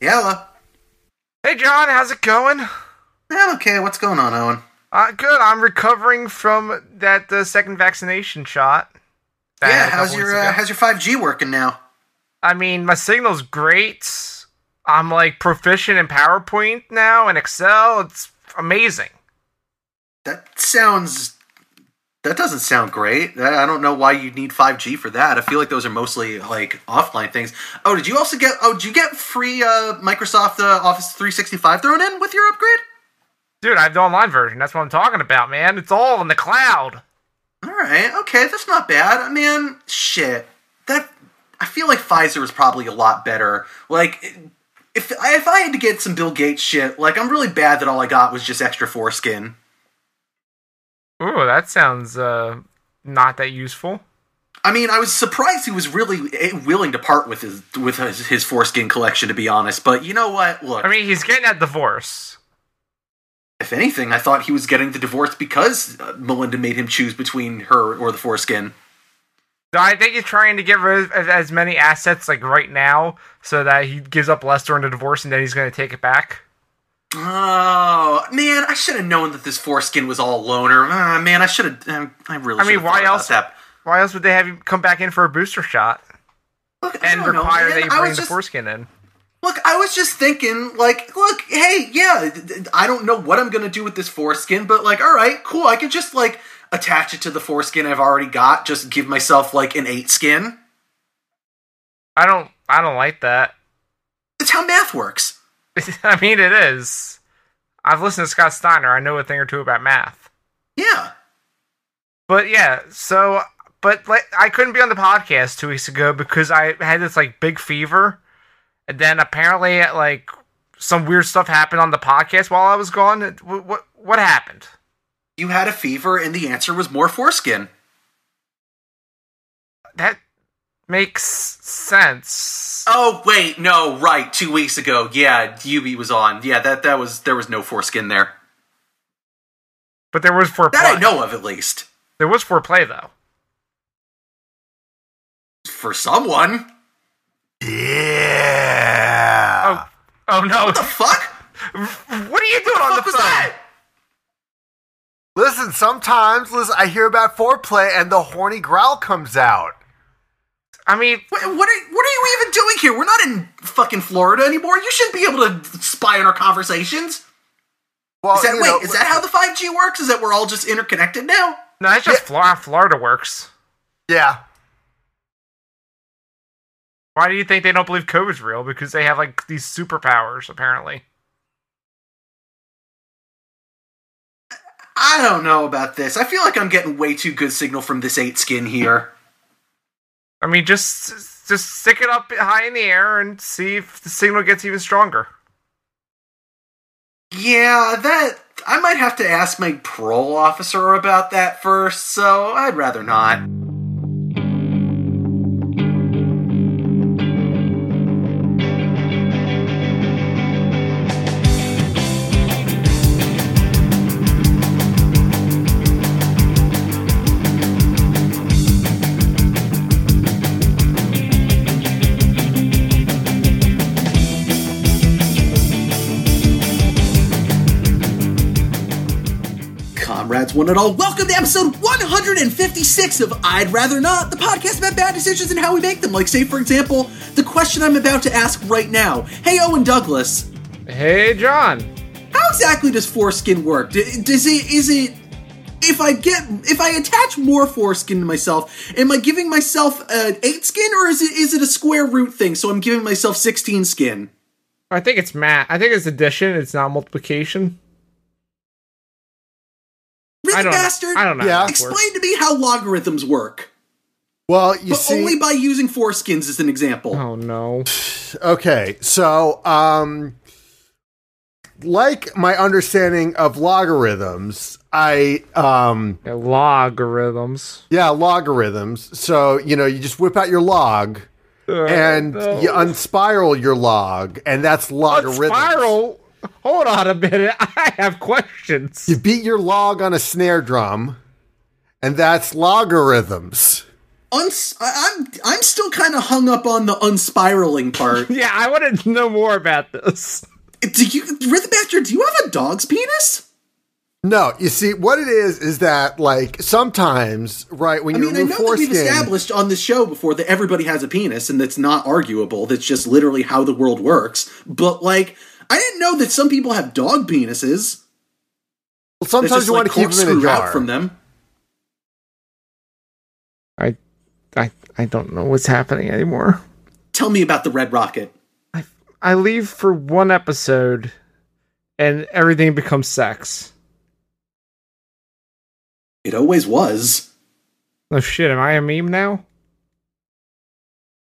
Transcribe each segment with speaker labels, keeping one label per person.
Speaker 1: Yella.
Speaker 2: Hey, John, how's it going?
Speaker 1: Yeah, eh, okay, what's going on, Owen?
Speaker 2: Uh, good. I'm recovering from that uh, second vaccination shot. that I had
Speaker 1: yeah,
Speaker 2: a
Speaker 1: how's
Speaker 2: couple
Speaker 1: your
Speaker 2: weeks
Speaker 1: uh,
Speaker 2: ago.
Speaker 1: how's your 5G working now?
Speaker 2: I mean, my signal's great. I'm like proficient in PowerPoint now and Excel. It's amazing.
Speaker 1: That sounds that doesn't sound great. That- I don't know why you need 5G for that. I feel like those are mostly like offline things. Oh, did you also get oh, did you get free uh, Microsoft uh, Office 365 thrown in with your upgrade?
Speaker 2: Dude, I have the online version. That's what I'm talking about, man. It's all in the cloud.
Speaker 1: All right, okay, that's not bad. I mean, shit, that I feel like Pfizer is probably a lot better. Like, if I- if I had to get some Bill Gates shit, like I'm really bad that all I got was just extra foreskin.
Speaker 2: Ooh, that sounds uh, not that useful.
Speaker 1: I mean, I was surprised he was really eh, willing to part with his with his, his foreskin collection, to be honest. But you know what? Look,
Speaker 2: I mean, he's getting that divorce.
Speaker 1: if anything, I thought he was getting the divorce because uh, Melinda made him choose between her or the foreskin.
Speaker 2: So I think he's trying to get rid of as many assets like right now, so that he gives up less during the divorce, and then he's going to take it back.
Speaker 1: Oh man, I should have known that this foreskin was all loner. Ah, man, I should have. I really.
Speaker 2: I mean,
Speaker 1: should've
Speaker 2: why
Speaker 1: thought about
Speaker 2: else-
Speaker 1: That.
Speaker 2: Why else would they have him come back in for a booster shot
Speaker 1: Look, I
Speaker 2: and
Speaker 1: don't know,
Speaker 2: require
Speaker 1: man.
Speaker 2: that you
Speaker 1: I
Speaker 2: bring the
Speaker 1: was just-
Speaker 2: foreskin in?
Speaker 1: Look, I was just thinking, like, look, hey, yeah, th- th- I don't know what I'm gonna do with this foreskin, but like, all right, cool, I can just like attach it to the foreskin I've already got, just give myself like an eight skin.
Speaker 2: I don't. I don't like that.
Speaker 1: That's how math works.
Speaker 2: I mean, it is. I've listened to Scott Steiner. I know a thing or two about math.
Speaker 1: Yeah.
Speaker 2: But yeah, so but like I couldn't be on the podcast two weeks ago because I had this like big fever, and then apparently like some weird stuff happened on the podcast while I was gone. What what, what happened?
Speaker 1: You had a fever, and the answer was more foreskin.
Speaker 2: That makes sense.
Speaker 1: Oh wait, no, right, two weeks ago, yeah, Yubi was on. Yeah, that that was there was no foreskin there.
Speaker 2: But there was foreplay.
Speaker 1: That I know of at least.
Speaker 2: There was foreplay though.
Speaker 1: For someone.
Speaker 3: Yeah.
Speaker 2: Oh, oh no!
Speaker 1: The fuck?
Speaker 2: What are you doing on the
Speaker 1: fuck was
Speaker 2: phone?
Speaker 1: that?
Speaker 3: Listen, sometimes listen, I hear about foreplay and the horny growl comes out.
Speaker 2: I mean,
Speaker 1: What, what are what are you even doing here? We're not in fucking Florida anymore. You shouldn't be able to spy on our conversations.
Speaker 3: Well,
Speaker 1: Is that
Speaker 3: Oh, you
Speaker 1: wait?
Speaker 3: know, uh,
Speaker 1: is that how the five G works? Is that we're all just interconnected now?
Speaker 2: no, that's just Florida. Florida works.
Speaker 3: Yeah.
Speaker 2: Why do you think they don't believe COVID's real? Because they have like these superpowers apparently.
Speaker 1: I don't know about this. I feel like I'm getting way too good signal from this eight skin here.
Speaker 2: I mean, just just stick it up high in the air and see if the signal gets even stronger.
Speaker 1: Yeah, that I might have to ask my parole officer about that first. So I'd rather not. Comrades, one and all, welcome to episode 156 of I'd Rather Not, the podcast about bad decisions and how we make them. Like, say, for example, the question I'm about to ask right now. Hey, Owen Douglas,
Speaker 2: Hey, John.
Speaker 1: how exactly does foreskin work? D- Does it, is it, if I get, if I attach more foreskin to myself, am I giving myself an eight skin or is it, is it a square root thing? So I'm giving myself 16 skin.
Speaker 2: I think it's Matt. I think it's addition. It's not multiplication.
Speaker 1: Really,
Speaker 2: I don't.
Speaker 1: bastard?
Speaker 2: I don't know.
Speaker 3: Yeah.
Speaker 2: how this works.
Speaker 1: Explain to me how logarithms work,
Speaker 3: Well, you
Speaker 1: but
Speaker 3: see.
Speaker 1: only by using foreskins as an example.
Speaker 2: Oh no.
Speaker 3: okay, so um, like my understanding of logarithms, I um,
Speaker 2: Yeah, logarithms.
Speaker 3: Yeah, logarithms. So, you know, you just whip out your log and
Speaker 2: Oh,
Speaker 3: you unspiral your log, and that's logarithms.
Speaker 2: spiral. Hold on a minute. I have questions.
Speaker 3: You beat your log on a snare drum, and that's logarithms.
Speaker 1: uns- I- I'm I'm still kind of hung up on the unspiraling part.
Speaker 2: Yeah, I want to know more about this.
Speaker 1: Do you, Rhythmaster? Do you have a dog's penis?
Speaker 3: No, you see what it is is that like sometimes right when
Speaker 1: I
Speaker 3: you
Speaker 1: mean, I
Speaker 3: remove
Speaker 1: know that we've
Speaker 3: foreskin,
Speaker 1: established on this show before that everybody has a penis, and that's not arguable. That's just literally how the world works. But like, I didn't know that some people have dog penises. They
Speaker 3: sometimes
Speaker 1: just
Speaker 3: you want
Speaker 1: like
Speaker 3: to keep them in a
Speaker 1: corkscrew out
Speaker 3: jar.
Speaker 1: from them.
Speaker 4: I, I, I don't know what's happening anymore.
Speaker 1: Tell me about the Red Rocket.
Speaker 2: I leave for one episode, and everything becomes sex.
Speaker 1: It always was.
Speaker 2: Oh shit! Am I a meme now?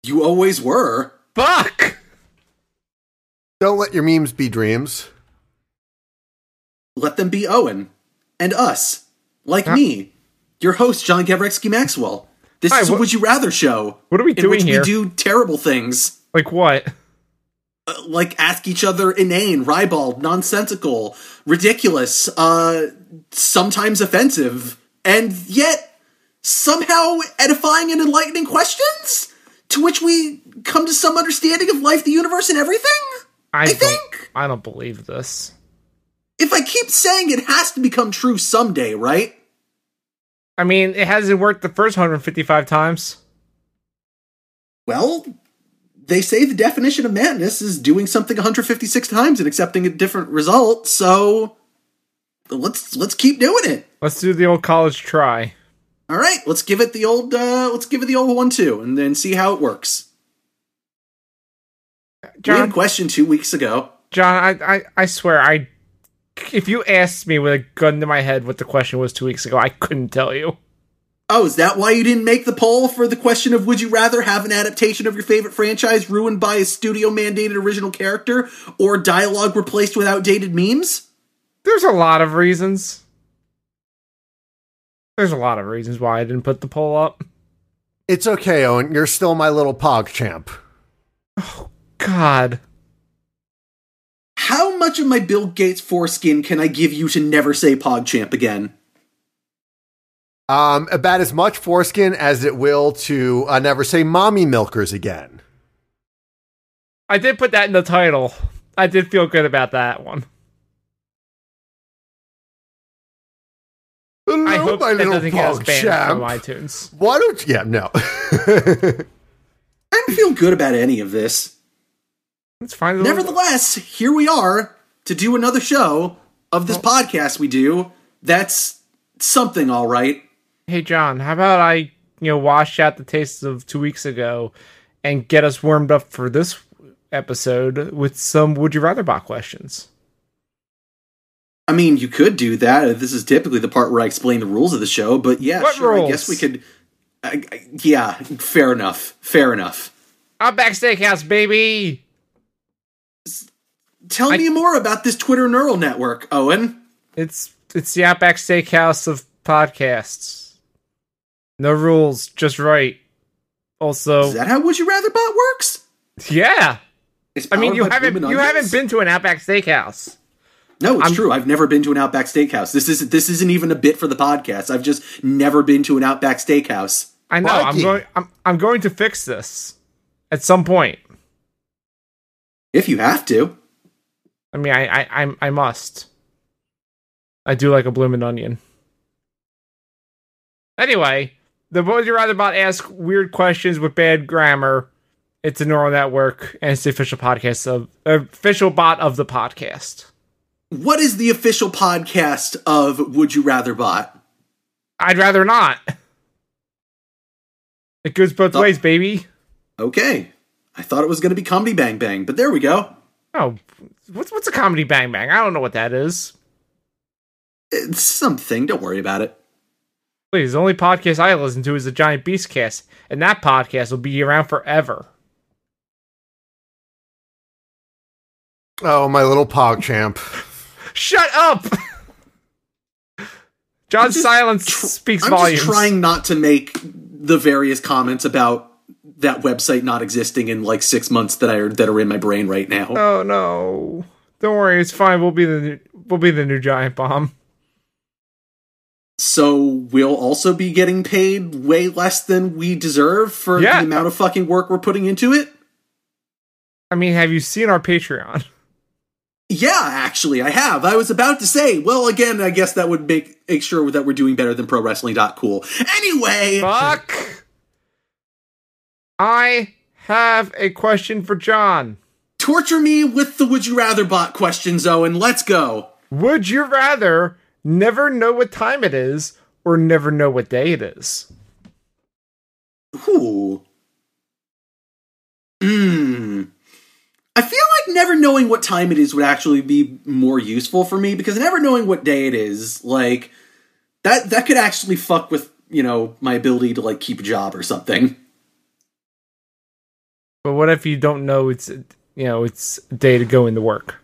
Speaker 1: You always were.
Speaker 2: Fuck!
Speaker 3: Don't let your memes be dreams.
Speaker 1: Let them be Owen and us, like me, your host John Gavreksky Maxwell. This
Speaker 2: Hi,
Speaker 1: is a
Speaker 2: wha-
Speaker 1: Would You Rather show.
Speaker 2: What are we
Speaker 1: in
Speaker 2: doing
Speaker 1: which
Speaker 2: here?
Speaker 1: We do terrible things,
Speaker 2: Like what?
Speaker 1: uh, like ask each other inane, ribald, nonsensical, ridiculous, uh, sometimes offensive, and yet somehow edifying and enlightening questions to which we come to some understanding of life, the universe, and everything. I
Speaker 2: don't,
Speaker 1: think-
Speaker 2: I don't believe this.
Speaker 1: If I keep saying it has to become true someday, right?
Speaker 2: I mean, it hasn't worked the first 155 times.
Speaker 1: Well, they say the definition of madness is doing something 156 times and accepting a different result. So let's let's keep doing it.
Speaker 2: Let's do the old college try.
Speaker 1: All right, let's give it the old uh, let's give it the old one two, and then see how it works. We had a
Speaker 2: John,
Speaker 1: question two weeks ago.
Speaker 2: John, I, I, I swear, I, if you asked me with a gun to my head what the question was two weeks ago, I couldn't tell you.
Speaker 1: Oh, is that why you didn't make the poll for the question of would you rather have an adaptation of your favorite franchise ruined by a studio mandated original character or dialogue replaced with outdated memes?
Speaker 2: There's a lot of reasons. There's a lot of reasons why I didn't put the poll up.
Speaker 3: It's okay, Owen. You're still my little pog champ.
Speaker 2: God.
Speaker 1: How much of my Bill Gates foreskin can I give you to never say PogChamp again?
Speaker 3: Um, about as much foreskin as it will to uh, never say mommy milkers again.
Speaker 2: I did put that in the title. I did feel good about that one.
Speaker 3: Hello,
Speaker 2: I hope
Speaker 3: my
Speaker 2: that
Speaker 3: little
Speaker 2: doesn't get us
Speaker 3: pog
Speaker 2: banned
Speaker 3: champ.
Speaker 2: from iTunes.
Speaker 3: Why don't you? Yeah, no.
Speaker 1: I don't feel good about any of this.
Speaker 2: Let's find the
Speaker 1: Nevertheless, here we are to do another show of this podcast we do. That's something, all right.
Speaker 2: Hey John, how about I, you know, wash out the tastes of two weeks ago and get us warmed up for this episode with some would you rather bot questions.
Speaker 1: I mean, you could do that. This is typically the part where I explain the rules of the show, but yeah,
Speaker 2: What
Speaker 1: sure. I
Speaker 2: rules?
Speaker 1: guess we could. I, I, yeah, fair enough. Fair enough.
Speaker 2: I'm back steakhouse, baby.
Speaker 1: Tell me more about this Twitter neural network, Owen.
Speaker 2: It's it's the Outback Steakhouse of podcasts. No rules, just right. Also,
Speaker 1: Is that how Would You Rather Bot works?
Speaker 2: yeah.
Speaker 1: It's
Speaker 2: I mean,
Speaker 1: powered
Speaker 2: you
Speaker 1: by
Speaker 2: haven't
Speaker 1: Bloomin'
Speaker 2: you
Speaker 1: Onions?
Speaker 2: haven't been to an Outback Steakhouse.
Speaker 1: No, it's true. I've never been to an Outback Steakhouse. This isn't. This isn't even a bit for the podcast. I've just never been to an Outback Steakhouse.
Speaker 2: I know. I'm
Speaker 3: Crikey.
Speaker 2: going. I'm I'm going to fix this at some point.
Speaker 1: If you have to.
Speaker 2: I mean, I I I'm- I, must. I do like a bloomin' onion. Anyway, the would you rather bot ask weird questions with bad grammar. It's a neural network, and it's the official podcast of official bot of the podcast.
Speaker 1: What is the official podcast of Would You Rather Bot?
Speaker 2: I'd rather not. It goes both
Speaker 1: Oh.
Speaker 2: ways, baby.
Speaker 1: Okay. I thought it was going to be Comedy Bang Bang, but there we go.
Speaker 2: Oh, what's what's a comedy bang bang? I don't know what that is.
Speaker 1: It's something. Don't worry about it.
Speaker 2: Please, the only podcast I listen to is the Giant Beast Cast, and that podcast will be around forever.
Speaker 3: oh, my little pog champ.
Speaker 2: Shut up! John's
Speaker 1: just
Speaker 2: silence
Speaker 1: tr-
Speaker 2: speaks
Speaker 1: I'm
Speaker 2: volumes.
Speaker 1: just trying not to make the various comments about that website not existing in like six months that are that are in my brain right now.
Speaker 2: Oh no! Don't worry, it's fine. We'll be the new, we'll be the new giant bomb.
Speaker 1: So we'll also be getting paid way less than we deserve for
Speaker 2: Yeah.
Speaker 1: the amount of fucking work we're putting into it.
Speaker 2: I mean, have you seen our Patreon?
Speaker 1: Yeah, actually, I have. I was about to say, well, again, I guess that would make, make sure that we're doing better than pro wrestling. Cool. Anyway,
Speaker 2: Fuck. I have a question for John.
Speaker 1: torture me with the would you rather bot questions, Owen. Let's go.
Speaker 2: Would you rather never know what time it is or never know what day it is?
Speaker 1: Ooh. Mmm. I feel like never knowing what time it is would actually be more useful for me because never knowing what day it is, like that that could actually fuck with, you know, my ability to like keep a job or something.
Speaker 2: But what if you don't know it's you know it's a day to go into work?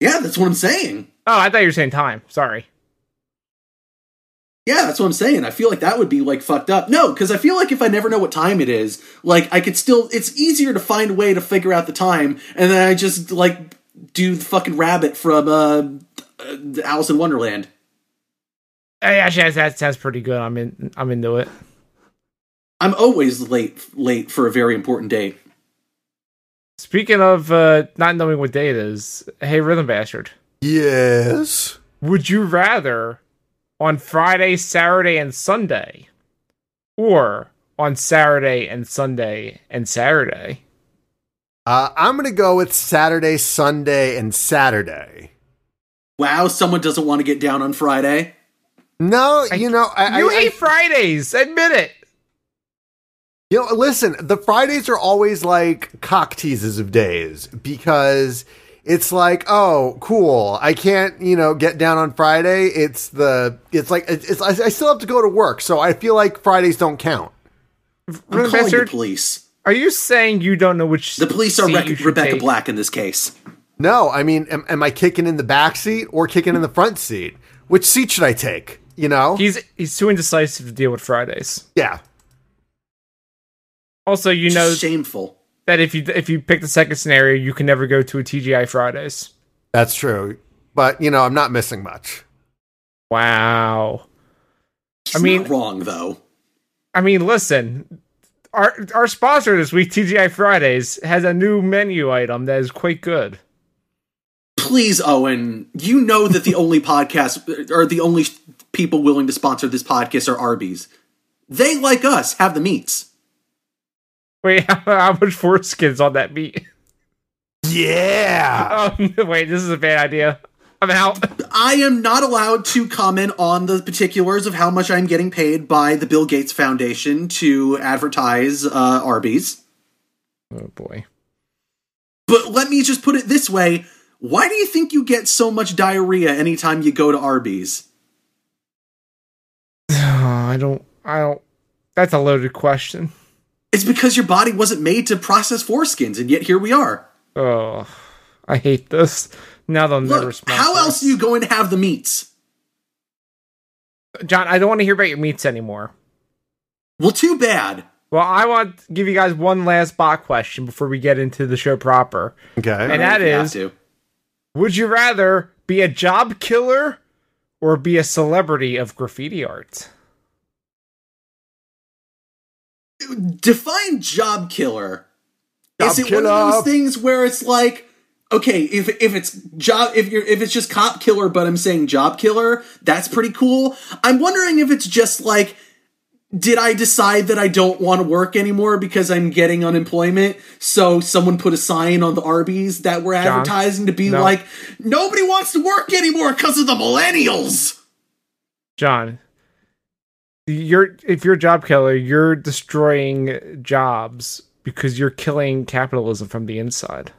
Speaker 1: Yeah, that's what I'm saying.
Speaker 2: Oh, I thought you were saying time. Sorry.
Speaker 1: Yeah, that's what I'm saying. I feel like that would be like fucked up. No, because I feel like if I never know what time it is, like I could still. It's easier to find a way to figure out the time, and then I just like do the fucking rabbit from uh, uh, Alice in Wonderland.
Speaker 2: Hey, Actually, that- that sounds pretty good. I'm in. I'm into it.
Speaker 1: I'm always late, late for a very important date.
Speaker 2: Speaking of uh, not knowing what day it is, hey, Rhythm Bastard,
Speaker 3: Yes.
Speaker 2: would you rather on Friday, Saturday, and Sunday, or on Saturday and Sunday and Saturday?
Speaker 3: Uh, I'm going to go with Saturday, Sunday, and Saturday.
Speaker 1: Wow, someone doesn't want to get down on Friday.
Speaker 3: No, you know, I,
Speaker 2: you
Speaker 3: I,
Speaker 2: hate
Speaker 3: I,
Speaker 2: Fridays. Admit it.
Speaker 3: you know. Listen, the Fridays are always like cock teases of days because it's like, oh, cool, I can't, you know, get down on Friday. It's the, it's like, it's, it's- I, I still have to go to work, so I feel like Fridays don't count.
Speaker 1: I'm
Speaker 2: Rhythm
Speaker 1: calling the
Speaker 2: Bastard,
Speaker 1: police.
Speaker 2: are you saying you don't know which?
Speaker 1: The police are
Speaker 2: seat
Speaker 1: Rec-
Speaker 2: you should
Speaker 1: Rebecca
Speaker 2: take?
Speaker 1: Black in this case.
Speaker 3: No, I mean, am, am I kicking in the back seat or kicking in the front seat? Which seat should I take? You know,
Speaker 2: He's he's too indecisive to deal with Fridays.
Speaker 3: yeah.
Speaker 2: Also, you know
Speaker 1: shameful.
Speaker 2: that if you if you pick the second scenario, you can never go to a TGI Fridays.
Speaker 3: That's true. But, you know, I'm not missing much.
Speaker 2: Wow.
Speaker 1: She's
Speaker 2: I mean-
Speaker 1: not wrong though.
Speaker 2: I mean, listen, our our sponsor this week, TGI Fridays, has a new menu item that is quite good.
Speaker 1: Please, Owen, you know that the only podcast or the only people willing to sponsor this podcast are Arby's. They, like us, have the meats.
Speaker 2: Wait, how, how much foreskins on that meat?
Speaker 3: Yeah.
Speaker 2: Oh, no, wait, this is a bad idea. I'm out.
Speaker 1: I am not allowed to comment on the particulars of how much I'm getting paid by the Bill Gates Foundation to advertise uh, Arby's.
Speaker 2: Oh boy.
Speaker 1: But let me just put it this way why do you think you get so much diarrhea anytime you go to Arby's?
Speaker 2: I don't. I don't. That's a loaded question.
Speaker 1: It's because your body wasn't made to process foreskins, and yet here we are.
Speaker 2: Oh, I hate this. Now they'll never
Speaker 1: Look,
Speaker 2: sponsor.
Speaker 1: how else
Speaker 2: us.
Speaker 1: are you going to have the meats?
Speaker 2: John? I don't want to hear about your meats anymore.
Speaker 1: Well, too bad.
Speaker 2: Well, I want to give you guys one last bot question before we get into the show proper.
Speaker 3: Okay.
Speaker 2: And that
Speaker 1: If you have
Speaker 2: is-
Speaker 1: to.
Speaker 2: Would you rather be a job killer or be a celebrity of graffiti art?
Speaker 1: define job killer. is
Speaker 3: Job
Speaker 1: it one of
Speaker 3: killer.
Speaker 1: those things where it's like, okay, if if it's job if you're if it's just cop killer, but I'm saying job killer, that's pretty cool. I'm wondering if it's just like did I decide that I don't want to work anymore because I'm getting unemployment? So someone put a sign on the Arby's that we're advertising to be
Speaker 2: no.
Speaker 1: like, nobody wants to work anymore because of the millennials.
Speaker 2: John, you're if you're a job killer, you're destroying jobs because you're killing capitalism from the inside.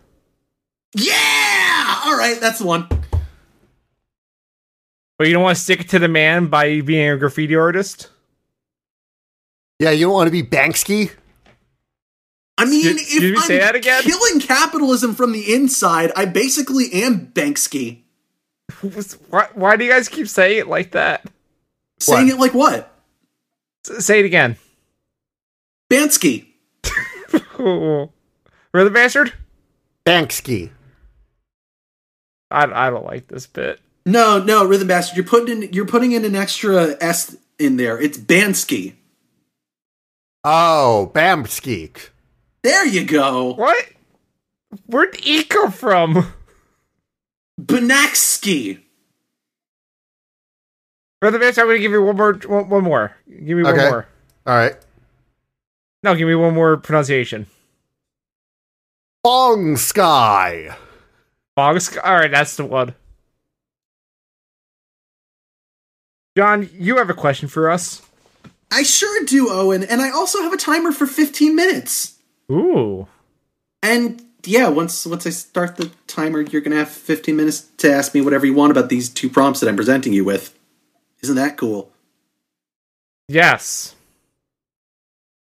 Speaker 1: Yeah! All right, that's the one.
Speaker 2: But you don't want to stick it to the man by being a graffiti artist?
Speaker 3: Yeah, you don't want to be Banksy?
Speaker 1: I mean,
Speaker 2: Excuse- excuse
Speaker 1: if
Speaker 2: me,
Speaker 1: I'm
Speaker 2: say that again?
Speaker 1: killing capitalism from the inside, I basically am Banksy.
Speaker 2: Why, why do you guys keep saying it like that?
Speaker 1: Saying
Speaker 3: What?
Speaker 1: it like what?
Speaker 2: S- say it again.
Speaker 1: Bansky.
Speaker 2: We're the bastard?
Speaker 3: Banksy.
Speaker 2: I, I don't like this bit.
Speaker 1: No, no, Rhythm Bastard, you're putting in you're putting in an extra S in there. It's Bansky.
Speaker 3: Oh, Bamskeek.
Speaker 1: There you go.
Speaker 2: What? Where'd E come from?
Speaker 1: Banaksky.
Speaker 2: For the best, I'm gonna give you one more. One, one more. Give me
Speaker 3: Okay.
Speaker 2: one more.
Speaker 3: All right.
Speaker 2: No, give me one more pronunciation.
Speaker 3: Bong Sky.
Speaker 2: Boggs. All right, that's the one. John, you have a question for us.
Speaker 1: I sure do, Owen, and I also have a timer for 15 minutes.
Speaker 2: Ooh.
Speaker 1: And yeah, once once I start the timer, you're gonna have 15 minutes to ask me whatever you want about these two prompts that I'm presenting you with. Isn't that cool?
Speaker 2: Yes.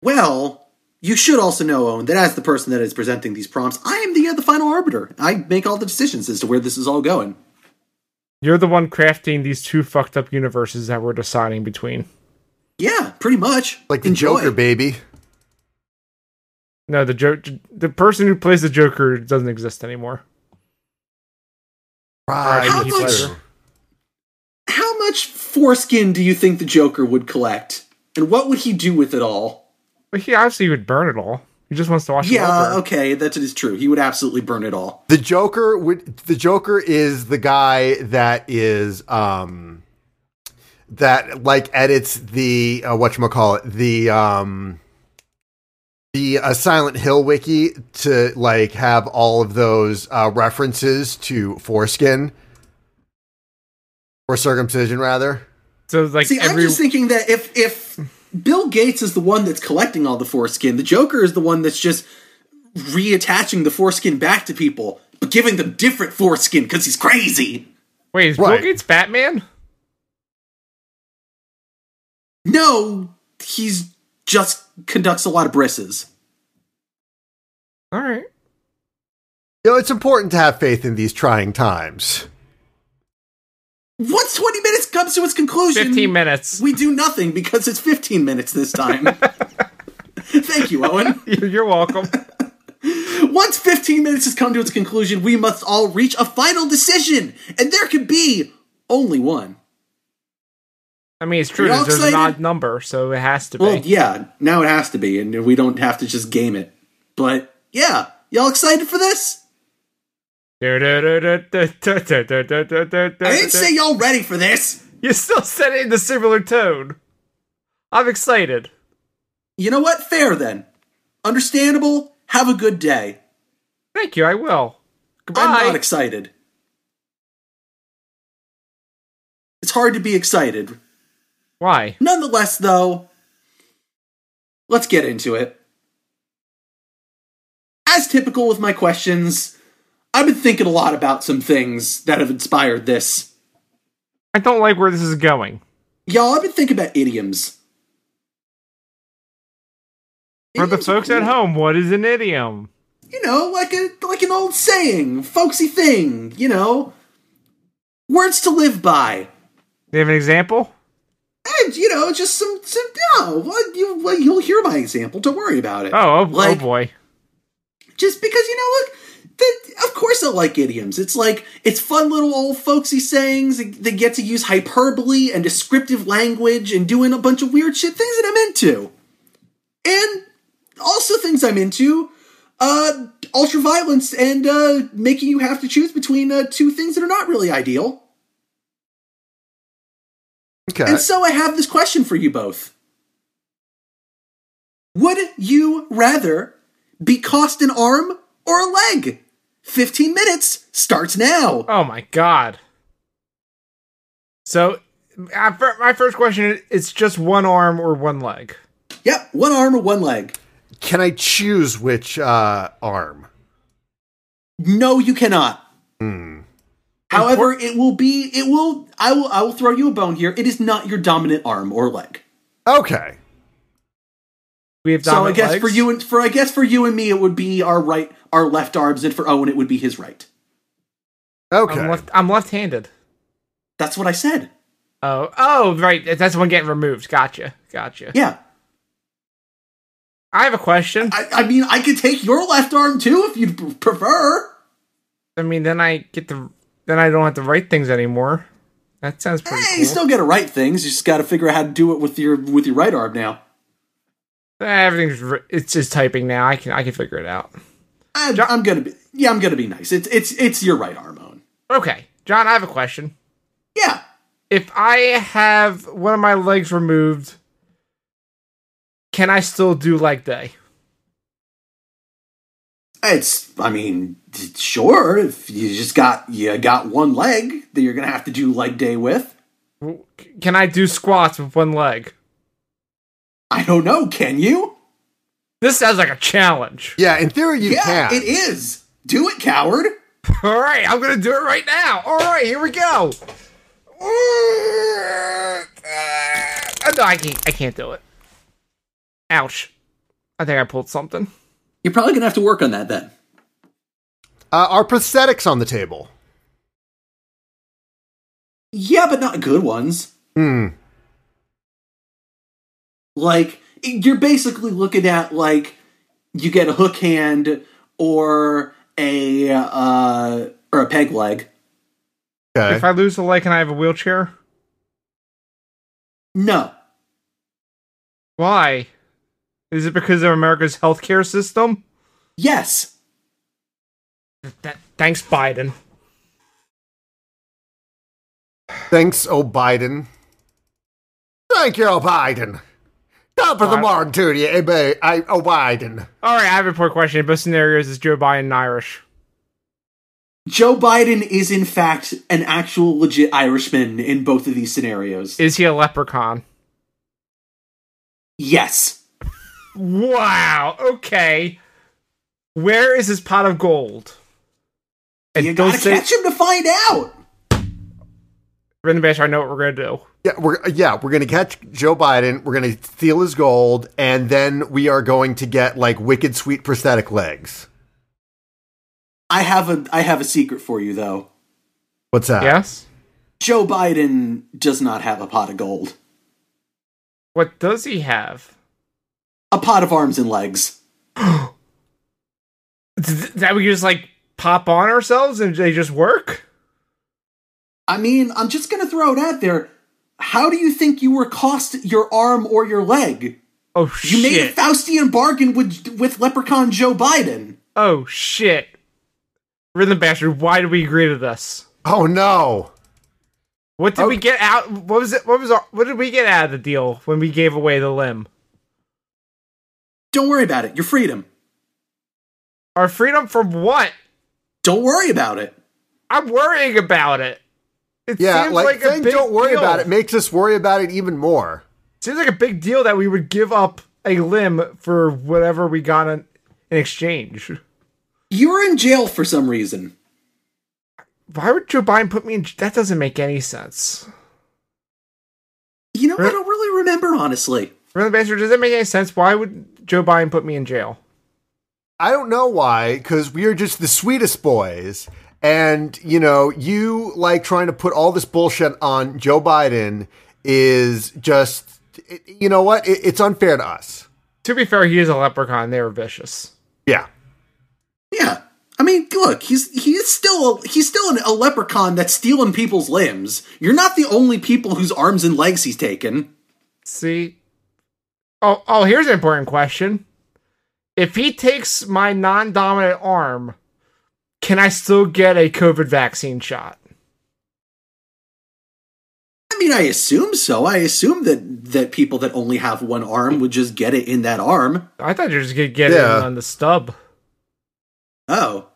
Speaker 1: Well, you should also know, Owen, that as the person that is presenting these prompts, I am the uh, the final arbiter. I make all the decisions as to where this is all going.
Speaker 2: You're the one crafting these two fucked up universes that we're deciding between.
Speaker 1: Yeah, pretty much.
Speaker 3: Like the
Speaker 1: Enjoy.
Speaker 3: Joker, baby.
Speaker 2: No, the joke. The person who plays the Joker doesn't exist anymore.
Speaker 3: Right.
Speaker 1: How
Speaker 2: Heath
Speaker 1: much-
Speaker 2: Ledger.
Speaker 1: How much foreskin do you think the Joker would collect? And what would he do with it all?
Speaker 2: But he obviously would burn it all. He just wants to watch. it all
Speaker 1: Yeah,
Speaker 2: burn.
Speaker 1: okay, that is true. He would absolutely burn it all.
Speaker 3: The Joker would the Joker is the guy that is um that like edits the uh, what call it the um the uh, Silent Hill wiki to like have all of those uh, references to foreskin or circumcision rather.
Speaker 2: So like
Speaker 1: See,
Speaker 2: every
Speaker 1: I'm just thinking that if if Bill Gates is the one that's collecting all the foreskin, the Joker is the one that's just reattaching the foreskin back to people, but giving them different foreskin because he's crazy.
Speaker 2: wait, is
Speaker 3: Right.
Speaker 2: Bill Gates Batman?
Speaker 1: No, he's just conducts a lot of brisses.
Speaker 2: All right.
Speaker 3: You know, it's important to have faith in these trying times.
Speaker 1: Once 20 minutes comes to its conclusion,
Speaker 2: 15 minutes.
Speaker 1: we do nothing because it's 15 minutes this time. Thank you, Owen.
Speaker 2: You're welcome.
Speaker 1: Once 15 minutes has come to its conclusion, we must all reach a final decision, and there can be only one.
Speaker 2: I mean, it's true.
Speaker 1: You all
Speaker 2: There's there's an
Speaker 1: excited?
Speaker 2: odd number, so it has to be.
Speaker 1: Well, yeah, now it has to be, and we don't have to just game it. But yeah, y'all excited for this? I didn't say y'all ready for this.
Speaker 2: You still said it in a similar tone. I'm excited.
Speaker 1: You know what? Fair then. Understandable. Have a good day.
Speaker 2: Thank you. I will.
Speaker 1: I'm not
Speaker 2: Goodbye.
Speaker 1: excited. It's hard to be excited.
Speaker 2: Why?
Speaker 1: Nonetheless, though, let's get into it. As typical with my questions, I've been thinking a lot about some things that have inspired this.
Speaker 2: I don't like where this is going.
Speaker 1: Y'all, I've been thinking about idioms.
Speaker 2: For the
Speaker 1: Idioms are
Speaker 2: folks at
Speaker 1: cool.
Speaker 2: home, what is an idiom?
Speaker 1: you know, like a like an old saying, folksy thing, you know, words to live by.
Speaker 2: Do you have an example?
Speaker 1: And you know, just some some no. What you well, you'll hear my example. Don't worry about it.
Speaker 2: Oh, oh,
Speaker 1: Like,
Speaker 2: oh boy.
Speaker 1: just because you know look the, of course i like idioms it's like it's fun little old folksy sayings they get to use hyperbole and descriptive language and doing a bunch of weird shit things that i'm into and also things i'm into uh ultraviolence and uh making you have to choose between uh, two things that are not really ideal
Speaker 3: Okay.
Speaker 1: and so I have this question for you both. Would you rather be cost an arm or a leg? 15 minutes starts now.
Speaker 2: Oh my god. So, I- fir- my first question is it's just one arm or one leg?
Speaker 1: Yep, one arm or one leg.
Speaker 3: Can I choose which uh, arm?
Speaker 1: No, you cannot.
Speaker 3: Hmm.
Speaker 1: However, it will be it will I will I will throw you a bone here. It is not your dominant arm or leg.
Speaker 3: Okay.
Speaker 2: We have
Speaker 1: so I
Speaker 2: dominant
Speaker 1: guess for
Speaker 2: legs?
Speaker 1: you and for I guess for you and me it would be our right our left arms and for Owen it would be his right.
Speaker 3: Okay.
Speaker 2: I'm, left, I'm left-handed.
Speaker 1: That's what I said.
Speaker 2: Oh, oh, right. That's the one getting removed. Gotcha, gotcha.
Speaker 1: Yeah.
Speaker 2: I have a question. I,
Speaker 1: I, I mean, I could take your left arm too if you'd pr- prefer.
Speaker 2: mean, then I get the then I don't have to write things anymore. That sounds pretty
Speaker 1: Hey,
Speaker 2: cool.
Speaker 1: Eh, you still got to write things. You just got to figure out how to do it with your with your right arm now.
Speaker 2: Eh, Everything's ri- it's just typing now. I can I can figure it out.
Speaker 1: I, I'm gonna be yeah, I'm gonna be nice. It's it's it's your right arm, Owen.
Speaker 2: Okay, John, I have a question.
Speaker 1: Yeah,
Speaker 2: If I have one of my legs removed, can I still do leg day?
Speaker 1: it's. I mean, t- sure. If you just got you got one leg that you're gonna have to do leg day with.
Speaker 2: W- Can I do squats with one leg?
Speaker 1: I don't know. Can you?
Speaker 2: This sounds like a challenge.
Speaker 3: Yeah, in theory you
Speaker 1: yeah,
Speaker 3: can.
Speaker 1: it is. Do it, coward.
Speaker 2: All right, I'm gonna do it right now. All right, here we go. Uh, no, I can't. I can't do it. Ouch! I think I pulled something.
Speaker 1: You're probably gonna have to work on that then.
Speaker 3: uh, are prosthetics on the table?
Speaker 1: Yeah, but not good ones.
Speaker 3: Hmm.
Speaker 1: Like you're basically looking at like you get a hook hand or a uh or a peg leg.
Speaker 3: Okay.
Speaker 2: If I lose a leg, can I have a wheelchair?
Speaker 1: No.
Speaker 2: Why? Is it because of America's healthcare system?
Speaker 1: Yes.
Speaker 2: That, thanks, Biden.
Speaker 3: Thanks, oh Biden. Thank you, oh Biden. Top of the
Speaker 2: Biden.
Speaker 3: morning to you, eh, ba- I, oh Biden.
Speaker 2: All right, I have a poor question. In both scenarios, is Joe Biden Irish?
Speaker 1: Joe Biden is in fact an actual legit Irishman in both of these scenarios.
Speaker 2: Is he a leprechaun?
Speaker 1: yes.
Speaker 2: Wow. Okay. Where is his pot of gold? And
Speaker 1: you
Speaker 2: don't
Speaker 1: gotta
Speaker 2: say
Speaker 1: catch him to find out.
Speaker 2: we're in the basement. I know what we're gonna do.
Speaker 3: Yeah, we're yeah, we're gonna catch Joe Biden. We're gonna steal his gold, and then we are going to get like wicked sweet prosthetic legs.
Speaker 1: I have a I have a secret for you though.
Speaker 3: What's that?
Speaker 2: yes.
Speaker 1: Joe Biden does not have a pot of gold.
Speaker 2: What does he have?
Speaker 1: A pot of arms and legs.
Speaker 2: Th- That we just like pop on ourselves and they just work?
Speaker 1: I mean, I'm just gonna throw it out there. How do you think you were cost your arm or your leg?
Speaker 2: Oh
Speaker 1: You
Speaker 2: shit!
Speaker 1: made a Faustian bargain with with Leprechaun Joe Biden.
Speaker 2: oh shit! Rhythm bastard. Why did we agree to this?
Speaker 3: Oh no.
Speaker 2: What did
Speaker 3: Oh.
Speaker 2: we get out? What was it? What was our, what did we get out of the deal when we gave away the limb?
Speaker 1: Don't worry about it. Your freedom.
Speaker 2: Our freedom from what?
Speaker 1: Don't worry about it.
Speaker 2: I'm worrying about it. It
Speaker 3: Yeah, like, saying
Speaker 2: big
Speaker 3: don't worry
Speaker 2: deal.
Speaker 3: about it makes us worry about it even more.
Speaker 2: Seems like a big deal that we would give up a limb for whatever we got in, in exchange.
Speaker 1: You're in jail for some reason.
Speaker 2: Why would Joe Biden put me in? That doesn't make any sense.
Speaker 1: You know, I
Speaker 2: Right.
Speaker 1: don't really remember, honestly.
Speaker 2: Really, Bastard, does that make any sense? Why would Joe Biden put me in jail?
Speaker 3: I don't know why, because we are just the sweetest boys. And, you know, you like trying to put all this bullshit on Joe Biden is just, it, you know what? It, it's unfair to us.
Speaker 2: To be fair, he is a leprechaun. They were vicious.
Speaker 3: Yeah.
Speaker 1: Yeah, I mean, look, he's he is still a, he's still an, a leprechaun that's stealing people's limbs. You're not the only people whose arms and legs he's taken.
Speaker 2: See? Oh, oh, here's an important question. If he takes my non dominant arm, can I still get a COVID vaccine shot?
Speaker 1: I mean, I assume so. I assume that that people that only have one arm would just get it in that arm.
Speaker 2: I thought you were just gonna get
Speaker 3: Yeah.
Speaker 2: it on the stub
Speaker 1: Oh,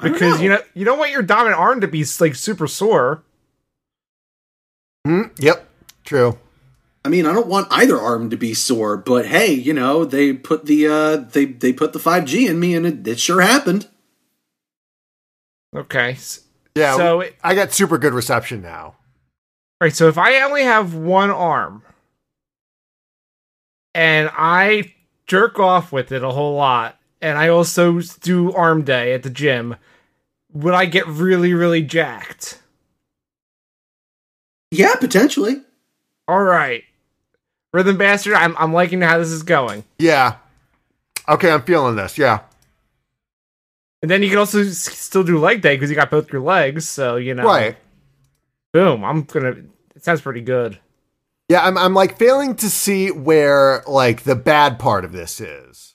Speaker 1: I don't
Speaker 2: because you know you don't want your dominant arm to be like super sore.
Speaker 3: Hmm? Yep. True.
Speaker 1: I mean, I don't want either arm to be sore, but hey, you know, they put the uh they they put the five G in me, and it, it sure happened.
Speaker 2: Okay, s-
Speaker 3: Yeah.
Speaker 2: So it-
Speaker 3: I got super good reception now.
Speaker 2: all right. So if I only have one arm and I jerk off with it a whole lot, and I also do arm day at the gym, would I get really really jacked?
Speaker 1: Yeah, potentially.
Speaker 2: All right, rhythm bastard. I'm I'm liking how this is going.
Speaker 3: Yeah. Okay. I'm feeling this. Yeah.
Speaker 2: And then you can also s- still do leg day because you got both your legs. So you know,
Speaker 3: Right.
Speaker 2: Boom. I'm gonna. It sounds pretty good.
Speaker 3: Yeah, I'm I'm like failing to see where like the bad part of this is.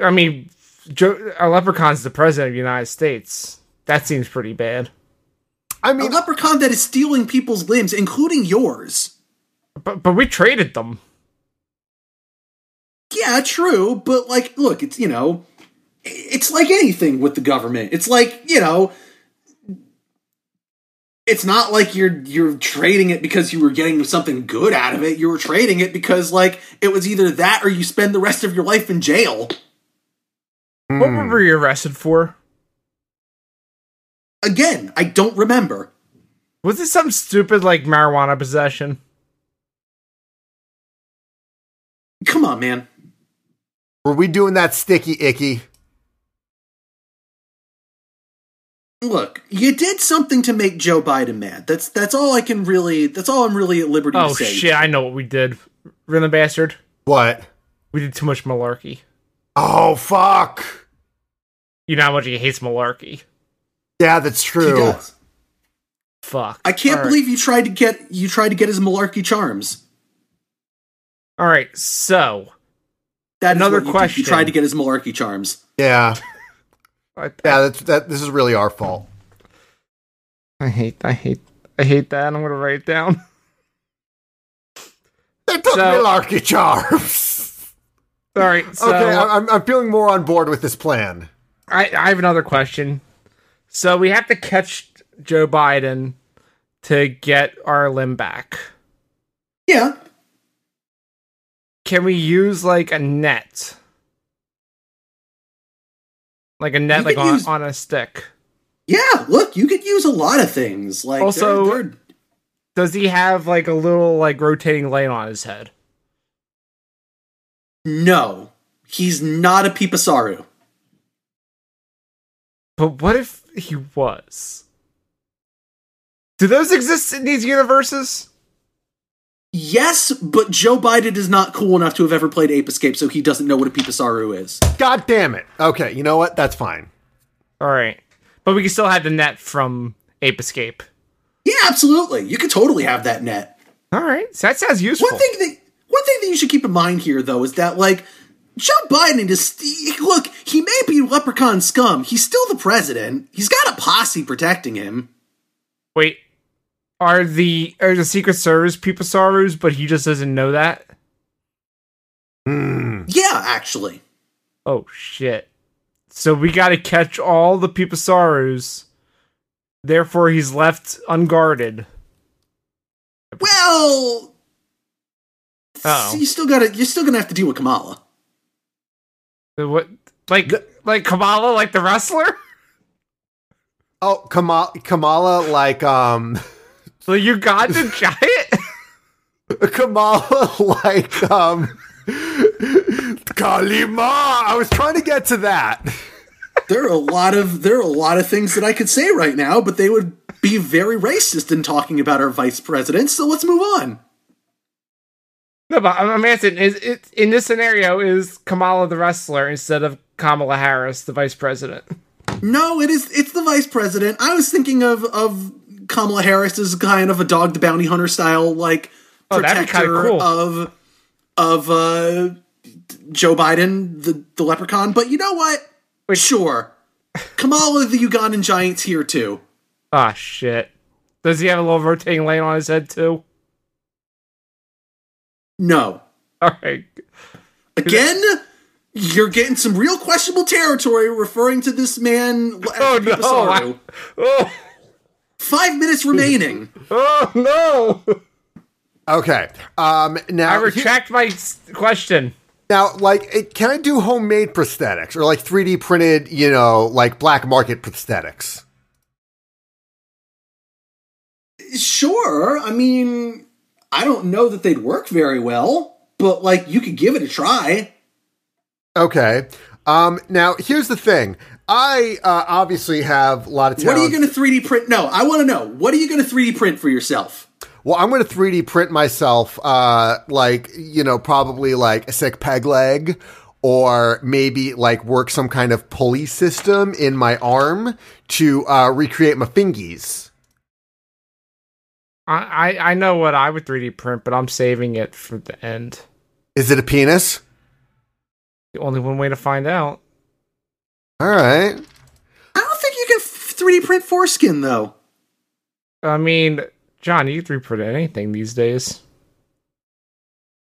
Speaker 2: I mean, jo- a leprechaun's the president of the United States. That seems pretty bad.
Speaker 3: I
Speaker 1: A
Speaker 3: mean,
Speaker 2: Oh.
Speaker 1: leprechaun that is stealing people's limbs, including yours.
Speaker 2: But but we traded them.
Speaker 1: Yeah, true, but like, look, it's you know, it's like anything with the government. It's like you know, it's not like you're you're trading it because you were getting something good out of it. You were trading it because like it was either that or you spend the rest of your life in jail.
Speaker 2: What
Speaker 3: hmm.
Speaker 2: were we arrested for?
Speaker 1: Again, I don't remember.
Speaker 2: Was it some stupid like marijuana possession?
Speaker 1: Come on, man.
Speaker 3: were we doing that sticky icky?
Speaker 1: Look, you did something to make Joe Biden mad. That's that's all I can really. That's all I'm really at liberty
Speaker 2: Oh
Speaker 1: to say.
Speaker 2: shit! I know what we did. Rhythm bastard.
Speaker 3: What?
Speaker 2: We did too much malarkey.
Speaker 3: Oh fuck!
Speaker 2: You know how much he hates malarkey.
Speaker 3: Yeah, that's
Speaker 1: He
Speaker 3: true.
Speaker 1: does.
Speaker 2: Fuck.
Speaker 1: I can't
Speaker 2: All right.
Speaker 1: believe you tried to get you tried to get his malarkey charms.
Speaker 2: All right. So
Speaker 1: That is
Speaker 2: Another
Speaker 1: what you did.
Speaker 2: question.
Speaker 1: You tried to get his malarkey charms.
Speaker 3: Yeah,
Speaker 2: I,
Speaker 3: yeah. That's that. This is really our fault.
Speaker 2: I hate. I hate. I hate that. I'm gonna write it down.
Speaker 3: They took
Speaker 2: So-
Speaker 3: Malarkey charms.
Speaker 2: All right. So
Speaker 3: okay, I- I'm I'm feeling more on board with this plan.
Speaker 2: I, I have another question. So we have to catch Joe Biden to get our limb back.
Speaker 1: Yeah,
Speaker 2: Can we use like a net? Like a net,
Speaker 1: You
Speaker 2: like
Speaker 1: could
Speaker 2: on,
Speaker 1: use-
Speaker 2: on a stick.
Speaker 1: yeah. Look, you could use a lot of things. Like
Speaker 2: Also-
Speaker 1: they're- they're-
Speaker 2: Does he have like a little like rotating light on his head?
Speaker 1: no, he's not a Pipasaru.
Speaker 2: But what if he was? Do those exist in these universes?
Speaker 1: Yes, but Joe Biden is not cool enough to have ever played Ape Escape, so he doesn't know what a Pipasaru is.
Speaker 3: God damn it. Okay, you know what? That's fine.
Speaker 2: All right, but we can still have the net from Ape Escape.
Speaker 1: Yeah, absolutely. You could totally have that net.
Speaker 2: All right, so that sounds useful.
Speaker 1: One thing that one thing that you should keep in mind here, though, is that like Joe Biden is st- look. He may be leprechaun scum. He's still the president. He's got a posse protecting him.
Speaker 2: Wait, are the are the Secret Service people Sarus, but he just doesn't know that?
Speaker 3: Hmm.
Speaker 1: Yeah, actually,
Speaker 2: Oh shit! So we got to catch all the people Sarus. Therefore, he's left unguarded.
Speaker 1: well,
Speaker 2: Oh.
Speaker 1: you still gotta you're still gonna have to deal with Kamala.
Speaker 2: So What like like Kamala, like the wrestler?
Speaker 3: Oh, Kamala, Kamala like um
Speaker 2: So you got the giant.
Speaker 3: Kamala like um Kalima. I was trying to get to that.
Speaker 1: There are a lot of there are a lot of things that I could say right now, but they would be very racist in talking about our vice president. So let's move on.
Speaker 2: No, but I'm I'm asking, is it in this scenario is Kamala the wrestler instead of Kamala Harris, the vice president?
Speaker 1: No, it is it's the vice president. I was thinking of of Kamala Harris as kind of a dog the bounty hunter style like
Speaker 2: Oh, that'd be kinda
Speaker 1: protector
Speaker 2: cool.
Speaker 1: of of uh Joe Biden, the the leprechaun. But you know what? Sure. Kamala the Ugandan giant's here too.
Speaker 2: Ah, shit. Does he have a little rotating lane on his head too?
Speaker 1: No.
Speaker 2: All right.
Speaker 1: Again, you're getting some real questionable territory referring to this man as
Speaker 2: Oh, no,
Speaker 1: Pipisaru.
Speaker 2: I- Oh,
Speaker 1: Five minutes remaining.
Speaker 2: oh no!
Speaker 3: Okay. Um now
Speaker 2: I retract my s- question.
Speaker 3: now like it, can I do homemade prosthetics or like 3D printed, you know, like black market prosthetics?
Speaker 1: Sure. I mean, I don't know that they'd work very well, but like you could give it a try.
Speaker 3: Okay. Um now here's the thing. I uh, obviously have a lot of
Speaker 1: What
Speaker 3: talent.
Speaker 1: are you going to 3D print? No, I want to know. What are you going to 3D print for yourself?
Speaker 3: Well, I'm going to 3D print myself, uh, like you know, probably like a sick peg leg, or maybe like work some kind of pulley system in my arm to uh, recreate my fingies.
Speaker 2: I, I I know what I would 3D print, but I'm saving it for the end.
Speaker 3: Is it a penis?
Speaker 2: The only one way to find out.
Speaker 3: All
Speaker 1: I
Speaker 3: right.
Speaker 1: don't think you can f- 3D print foreskin though.
Speaker 2: I mean, John, you 3D print anything these days.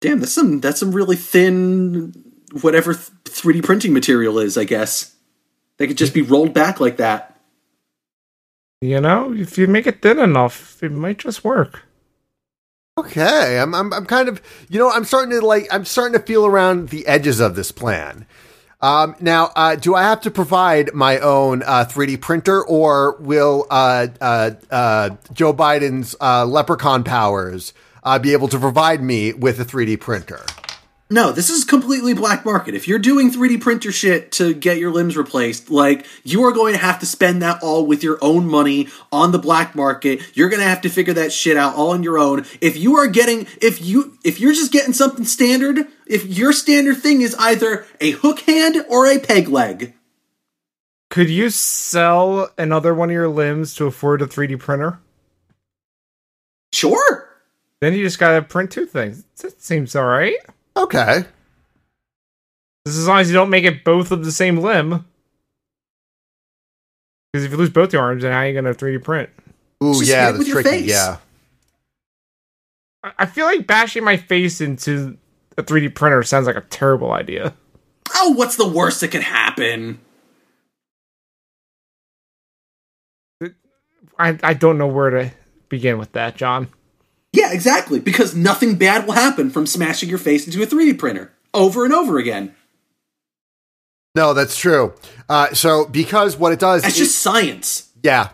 Speaker 1: Damn, that's some that's some really thin whatever th- 3D printing material is. I guess they could just be rolled back like that.
Speaker 2: You know, if you make it thin enough, it might just work.
Speaker 3: Okay, I'm, I'm I'm kind of you know I'm starting to like I'm starting to feel around the edges of this plan. Um, now, uh, do I have to provide my own uh, 3D printer, or will uh, uh, uh, Joe Biden's uh, leprechaun powers uh, be able to provide me with a 3D printer?
Speaker 1: No, this is completely black market. If you're doing 3D printer shit to get your limbs replaced, like you are going to have to spend that all with your own money on the black market. You're going to have to figure that shit out all on your own. If you are getting if you if you're just getting something standard, if your standard thing is either a hook hand or a peg leg,
Speaker 2: Could you sell another one of your limbs to afford a 3D printer?
Speaker 1: sure.
Speaker 2: Then you just gotta print two things. That seems alright.
Speaker 3: Okay,
Speaker 2: Just as long as you don't make it both of the same limb. Because if you lose both your arms, then how are you gonna 3D print?
Speaker 3: ooh
Speaker 1: Just hit
Speaker 3: yeah,
Speaker 1: it with
Speaker 3: that's
Speaker 1: your
Speaker 3: tricky.
Speaker 1: face.
Speaker 3: Yeah,
Speaker 2: I I feel like bashing my face into a 3D printer sounds like a terrible idea.
Speaker 1: Oh, what's the worst that could happen?
Speaker 2: I, I don't know where to begin with that, John.
Speaker 1: Yeah, exactly, because nothing bad will happen from smashing your face into a 3D printer over and over again.
Speaker 3: no, that's true. Uh, so because what it does,
Speaker 1: That's
Speaker 3: it-
Speaker 1: just science.
Speaker 3: yeah,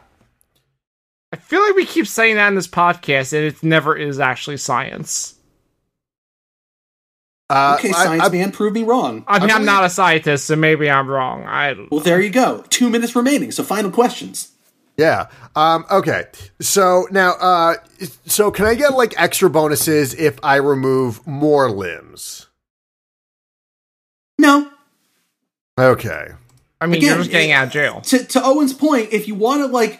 Speaker 2: I feel like we keep saying that in this podcast, and it never is actually science.
Speaker 3: uh,
Speaker 1: Okay,
Speaker 3: I-
Speaker 1: science
Speaker 3: I-
Speaker 1: man, prove me wrong.
Speaker 2: I mean,
Speaker 3: I
Speaker 2: I'm not a scientist, so maybe I'm wrong. I don't
Speaker 1: Well, there you go. Two minutes remaining, so final questions.
Speaker 3: Yeah. Um, okay. So now, uh, so can I get like extra bonuses if I remove more limbs?
Speaker 1: No.
Speaker 3: Okay.
Speaker 2: I mean,
Speaker 1: Again,
Speaker 2: you're just getting
Speaker 1: it-
Speaker 2: out of jail.
Speaker 1: To, to Owen's point, if you want to like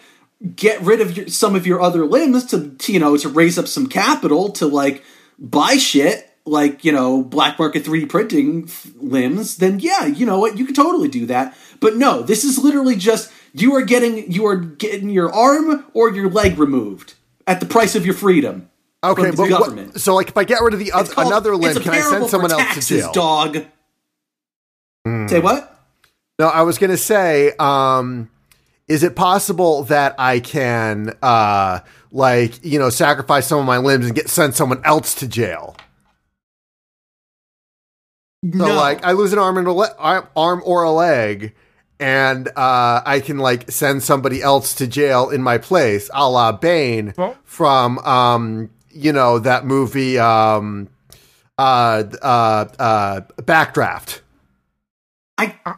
Speaker 1: get rid of your, some of your other limbs to, to you know to raise up some capital to like buy shit like you know black market 3D printing f- limbs, then yeah, you know what, you could totally do that. But no, this is literally just you are getting you are getting your arm or your leg removed at the price of your freedom.
Speaker 3: Okay.
Speaker 1: From the
Speaker 3: But what-
Speaker 1: government.
Speaker 3: so like if I get rid of the
Speaker 1: It's
Speaker 3: other,
Speaker 1: called-
Speaker 3: another limb,
Speaker 1: it's
Speaker 3: can I send
Speaker 1: apparable
Speaker 3: someone
Speaker 1: for
Speaker 3: else to
Speaker 1: taxes,
Speaker 3: jail? Hmm.
Speaker 1: Dog. Say what?
Speaker 3: No, I was going to say, um, is it possible that I can, uh, like, you know, sacrifice some of my limbs and get send someone else to jail? So like I lose an arm and a le- arm arm or a leg, and uh, I can like send somebody else to jail in my place, a la Bane
Speaker 2: Well-
Speaker 3: from um, you know that movie um, uh, uh, uh, Backdraft.
Speaker 1: I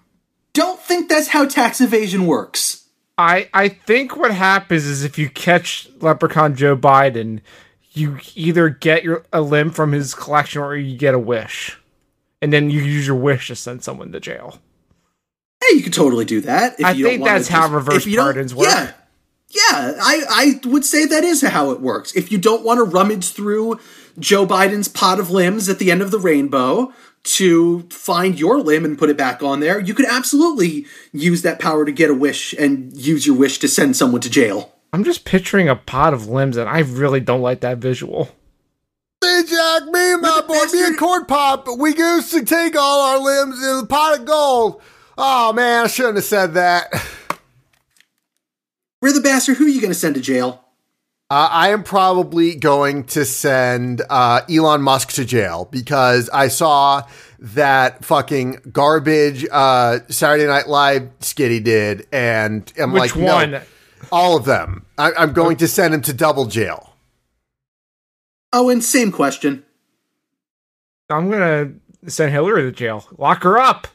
Speaker 1: don't think that's how tax evasion works.
Speaker 2: I I think what happens is if you catch Leprechaun Joe Biden, you either get your a limb from his collection or you get a wish, and then you use your wish to send someone to jail.
Speaker 1: Hey, you could totally do that. If
Speaker 2: I
Speaker 1: you don't
Speaker 2: think
Speaker 1: wanna
Speaker 2: that's how reverse
Speaker 1: if you don't-
Speaker 2: pardons work.
Speaker 1: Yeah, yeah. I I would say that is how it works. If you don't want to rummage through Joe Biden's pot of limbs at the end of the rainbow to find your limb and put it back on there, you could absolutely use that power to get a wish and use your wish to send someone to jail.
Speaker 2: I'm just picturing a pot of limbs, and I really don't like that visual.
Speaker 3: Hey Jack, me and my
Speaker 1: the
Speaker 3: boy, me
Speaker 1: bastard-
Speaker 3: and Corn Pop, we used to take all our limbs in the pot of gold. Oh man, I shouldn't have said that.
Speaker 1: Where the bastard? Who are you going to send to jail?
Speaker 3: Uh, I am probably going to send uh, Elon Musk to jail because I saw that fucking garbage uh, Saturday Night Live skit he did, and I'm
Speaker 2: Which
Speaker 3: like, no,
Speaker 2: one?
Speaker 3: all of them. I- I'm going to send him to double jail.
Speaker 1: Oh, and same question.
Speaker 2: I'm gonna send Hillary to jail. Lock her up.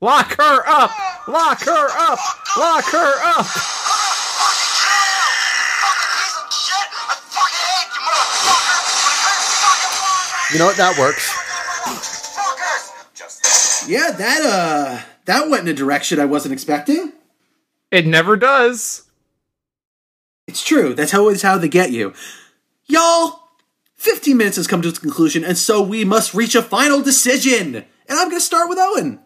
Speaker 2: Lock her up. Lock her up. Lock her up.
Speaker 3: You know what? That works.
Speaker 5: Fuckers! Just
Speaker 1: Yeah, that uh that went in a direction I wasn't expecting.
Speaker 2: It never does.
Speaker 1: It's true. That's always how they get you. Y'all, 15 minutes has come to its conclusion, and so we must reach a final decision. And I'm going to start with Owen.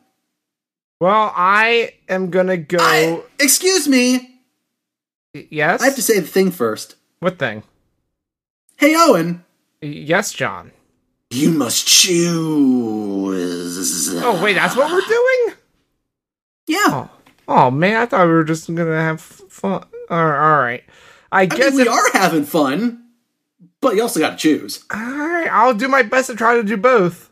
Speaker 2: Well, I am gonna go.
Speaker 1: I, excuse me.
Speaker 2: yes.
Speaker 1: I have to say the thing first.
Speaker 2: what thing?
Speaker 1: Hey, Owen.
Speaker 2: Yes, John.
Speaker 1: You must choose.
Speaker 2: Oh wait, that's what we're doing.
Speaker 1: Yeah.
Speaker 2: Oh man, I thought we were just gonna have fun. All right. I
Speaker 1: I
Speaker 2: guess
Speaker 1: mean, we
Speaker 2: if-
Speaker 1: are having fun, but you also got to choose.
Speaker 2: all right, I'll do my best to try to do both.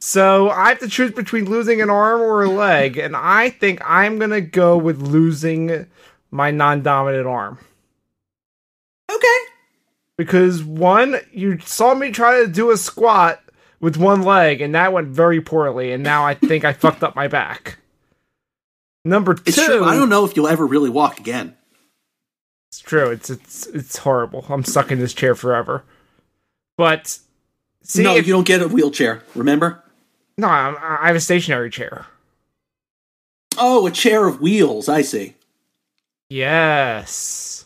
Speaker 2: So I have to choose between losing an arm or a leg, and I think I'm gonna go with losing my non-dominant arm.
Speaker 1: Okay.
Speaker 2: because one, you saw me try to do a squat with one leg, and that went very poorly, and now I think I fucked up my back. Number two,
Speaker 1: It's true. I don't know if you'll ever really walk again.
Speaker 2: it's true. It's it's it's horrible. I'm stuck in this chair forever. But see,
Speaker 1: no,
Speaker 2: if-
Speaker 1: you don't get a wheelchair, remember?
Speaker 2: no, I'm, I have a stationary chair.
Speaker 1: Oh, a chair of wheels. I see.
Speaker 2: Yes.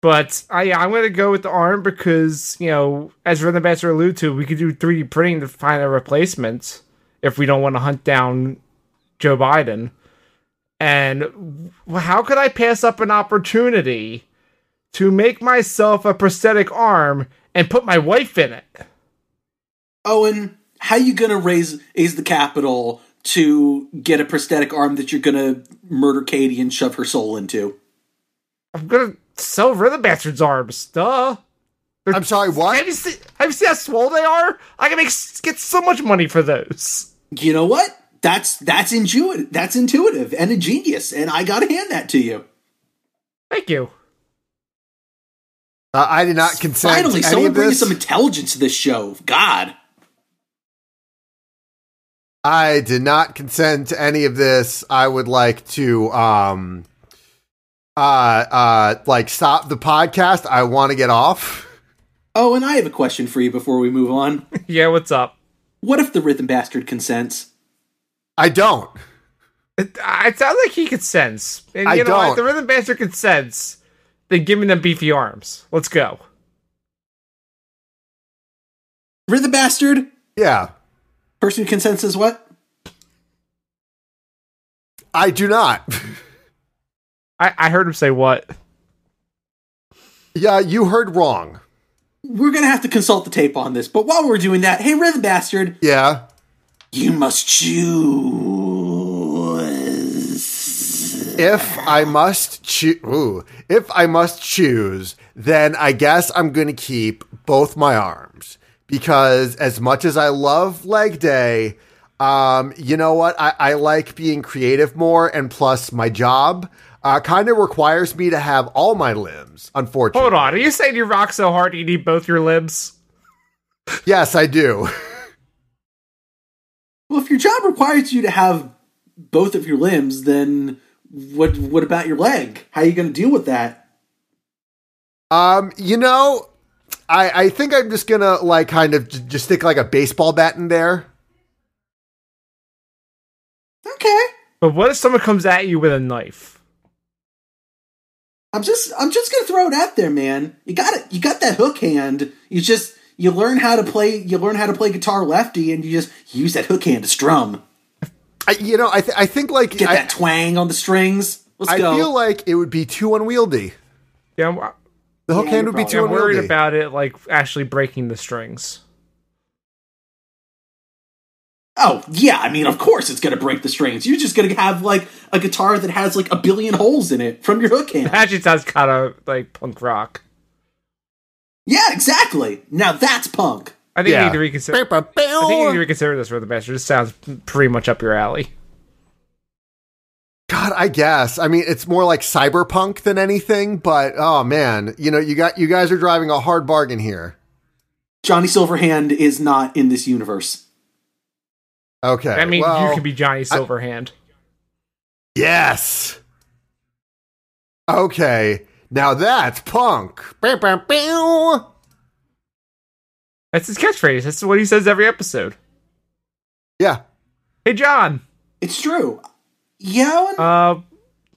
Speaker 2: But I, yeah, I'm gonna go with the arm because you know, as Rhythm Master alluded to, we could do 3D printing to find a replacement if we don't want to hunt down Joe Biden. And w- how could I pass up an opportunity to make myself a prosthetic arm and put my wife in it?
Speaker 1: Owen, how you gonna raise is the capital to get a prosthetic arm that you're gonna murder Katie and shove her soul into?
Speaker 2: I'm gonna sell Rhythm Master's arms, duh. They're-
Speaker 3: I'm sorry,
Speaker 2: Have
Speaker 3: what?
Speaker 2: you seen? Have you seen how swole they are? I can make s- get so much money for those.
Speaker 1: You know what? That's that's intuitive. That's intuitive and ingenious, and I gotta hand that to you.
Speaker 2: Thank you.
Speaker 3: Uh, I did not consent
Speaker 1: Finally,
Speaker 3: to any
Speaker 1: someone
Speaker 3: of
Speaker 1: bringing
Speaker 3: this.
Speaker 1: some intelligence to this show. God,
Speaker 3: I did not consent to any of this. I would like to um uh uh like stop the podcast. I want to get off.
Speaker 1: Oh, and I have a question for you before we move on.
Speaker 2: Yeah, what's up?
Speaker 1: what if the rhythm bastard consents?
Speaker 3: I don't.
Speaker 2: It, it sounds like he could sense. And you
Speaker 3: I
Speaker 2: know what?
Speaker 3: don't.
Speaker 2: If the rhythm bastard could sense, then give me them beefy arms. Let's go.
Speaker 1: Rhythm bastard,
Speaker 3: Yeah.
Speaker 1: person who consents is what?
Speaker 3: I do not.
Speaker 2: I, I heard him say what?
Speaker 3: yeah, you heard wrong.
Speaker 1: We're gonna have to consult the tape on this. But while we're doing that, hey, rhythm bastard,
Speaker 3: Yeah.
Speaker 1: you must choose.
Speaker 3: If I must choose, if I must choose, then I guess I'm going to keep both my arms because as much as I love leg day, um, you know what? I, I like being creative more, and plus my job uh, kind of requires me to have all my limbs. Unfortunately,
Speaker 2: Hold on. Are you saying you rock so hard you need both your limbs?
Speaker 3: Yes, I do.
Speaker 1: Well, if your job requires you to have both of your limbs, then what? What about your leg? How are you gonna deal with that?
Speaker 3: Um, you know, I I think I'm just gonna like kind of j- just stick like a baseball bat in there.
Speaker 1: Okay,
Speaker 2: But what if someone comes at you with a knife?
Speaker 1: I'm just I'm just gonna throw it out there, man. You got it. You got that hook hand. You just you learn how to play. You learn how to play guitar lefty, and you just use that hook hand to strum.
Speaker 3: I, you know, I th- I think like
Speaker 1: Get
Speaker 3: I,
Speaker 1: that twang on the strings. Let's
Speaker 3: I
Speaker 1: go.
Speaker 3: feel like it would be too unwieldy.
Speaker 2: Yeah, I'm,
Speaker 3: The hook
Speaker 1: Yeah,
Speaker 3: hand
Speaker 1: you're
Speaker 3: would be
Speaker 1: probably-
Speaker 3: too
Speaker 2: I'm worried
Speaker 3: unwieldy.
Speaker 2: about it, like actually breaking the strings.
Speaker 1: oh yeah, I mean, of course it's gonna break the strings. You're just gonna have like a guitar that has like a billion holes in it from your hook hand.
Speaker 2: Actually, sounds kind of like punk rock.
Speaker 1: yeah, exactly. Now that's punk.
Speaker 2: I think
Speaker 3: Yeah.
Speaker 2: you need to reconsider.
Speaker 3: Bam, bam, bam.
Speaker 2: I think you need to reconsider this rhythm bastard. This sounds pretty much up your alley.
Speaker 3: God, I guess. I mean, it's more like cyberpunk than anything, but oh man, you know, you got you guys are driving a hard bargain here.
Speaker 1: Johnny Silverhand is not in this universe.
Speaker 3: Okay.
Speaker 2: I mean,
Speaker 3: well,
Speaker 2: you can be Johnny Silverhand.
Speaker 3: Yes. Okay. Now that's punk. Bam, bam, bam.
Speaker 2: That's his catchphrase. That's what he says every episode.
Speaker 3: Yeah.
Speaker 2: Hey, John.
Speaker 1: It's true. Yeah, and
Speaker 2: Uh,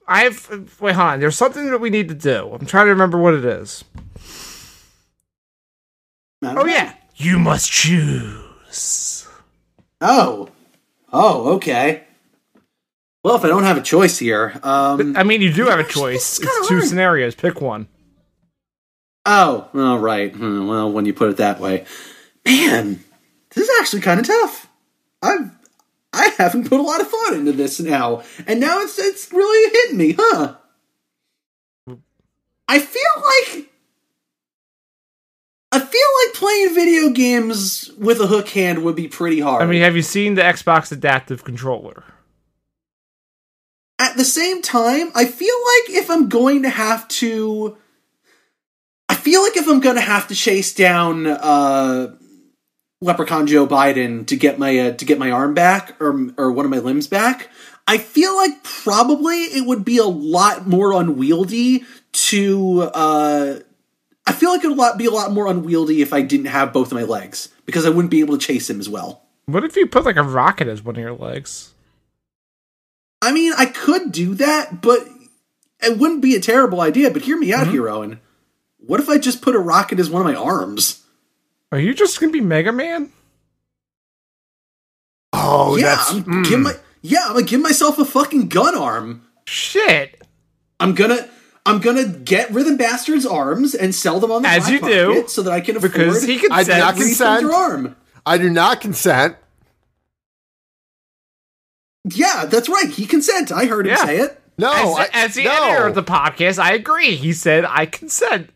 Speaker 2: I have. Wait, hold on. There's something that we need to do. I'm trying to remember what it is.
Speaker 1: I don't
Speaker 2: Oh
Speaker 1: know.
Speaker 2: yeah, you must choose.
Speaker 1: Oh. Oh, okay. Well, if I don't have a choice here, um
Speaker 2: I mean, you do have a
Speaker 1: this
Speaker 2: choice.
Speaker 1: is kinda
Speaker 2: It's two
Speaker 1: hard.
Speaker 2: scenarios. Pick one.
Speaker 1: oh, all right. Hmm, well, when you put it that way, man, this is actually kind of tough. I've I haven't put a lot of thought into this now, and now it's it's really hitting me, huh? I feel like I feel like playing video games with a hook hand would be pretty hard.
Speaker 2: I mean, have you seen the Xbox Adaptive Controller?
Speaker 1: at the same time, I feel like if I'm going to have to, I feel like if I'm going to have to chase down uh, Leprechaun Joe Biden to get my uh, to get my arm back or or one of my limbs back, I feel like probably it would be a lot more unwieldy to. Uh, I feel like it would a lot be a lot more unwieldy if I didn't have both of my legs because I wouldn't be able to chase him as well.
Speaker 2: What if you put like a rocket as one of your legs?
Speaker 1: I mean, I could do that, but it wouldn't be a terrible idea. But hear me out
Speaker 2: Mm-hmm.
Speaker 1: here, Owen. What if I just put a rocket as one of my arms?
Speaker 2: Are you just gonna be Mega Man?
Speaker 3: Oh,
Speaker 1: yeah,
Speaker 3: that's
Speaker 1: I'm
Speaker 2: mm.
Speaker 1: give my yeah, I'm gonna give myself a fucking gun arm.
Speaker 2: Shit.
Speaker 1: I'm gonna I'm gonna get Rhythm Bastard's arms and sell them on the
Speaker 2: As
Speaker 1: black
Speaker 2: you do,
Speaker 1: market so that I can afford
Speaker 2: Because he can
Speaker 3: I did
Speaker 2: send.
Speaker 3: not
Speaker 1: three
Speaker 3: consent.
Speaker 1: finger arm.
Speaker 3: I do not consent.
Speaker 1: Yeah, that's right. He consent. I heard him
Speaker 2: Yeah.
Speaker 1: say it.
Speaker 3: No,
Speaker 2: as,
Speaker 3: I,
Speaker 2: as the
Speaker 3: no.
Speaker 2: editor of the podcast, I agree. He said, "I consent."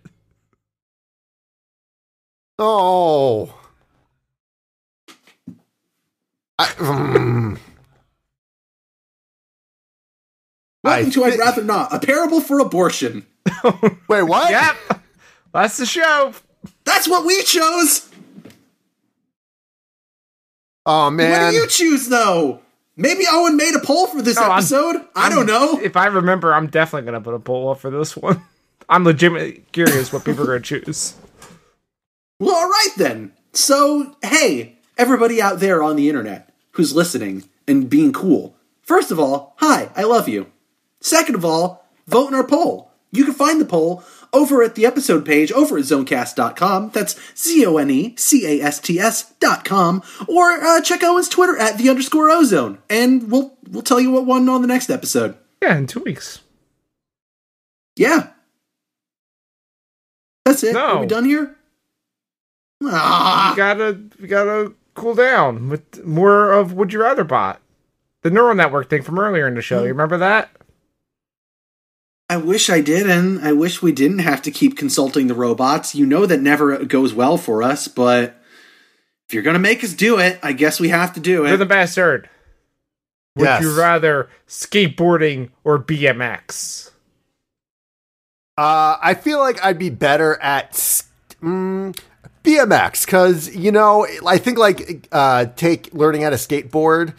Speaker 3: Oh. I, mm. I
Speaker 1: Welcome to I'd
Speaker 3: thi-
Speaker 1: rather not. A parable for abortion.
Speaker 3: Wait, what?
Speaker 2: Yep, that's the show.
Speaker 1: That's what we chose.
Speaker 3: Oh
Speaker 1: What
Speaker 3: man.
Speaker 1: do you choose though? Maybe Owen made a poll for this
Speaker 2: No, I'm-
Speaker 1: episode. I don't know.
Speaker 2: If I remember, I'm definitely gonna put a poll up for this one. I'm legitimately curious what people are gonna choose.
Speaker 1: Well, all right then. So, hey, everybody out there on the internet who's listening and being cool. First of all, hi, I love you. Second of all, vote in our poll. You can find the poll over at the episode page over at zonecast.com. That's Z O N E C A S T S dot com. Or uh, check Owen's Twitter at the underscore ozone. And we'll, we'll tell you what won on the next episode.
Speaker 2: Yeah, in two weeks.
Speaker 1: Yeah. That's it.
Speaker 2: No.
Speaker 1: Are we done here?
Speaker 2: We
Speaker 1: Ah,
Speaker 2: gotta we gotta cool down with more of Would You Rather Bot, the neural network thing from earlier in the show. You remember that?
Speaker 1: I wish I did, and I wish we didn't have to keep consulting the robots. You know that never goes well for us, but if you're going to make us do it, I guess we have to do
Speaker 2: You're
Speaker 1: it.
Speaker 2: the bastard. Would
Speaker 3: Yes.
Speaker 2: you rather skateboarding or BMX?
Speaker 3: Uh, I feel like I'd be better at s- mm, BMX because you know I think like uh, take learning how to skateboard.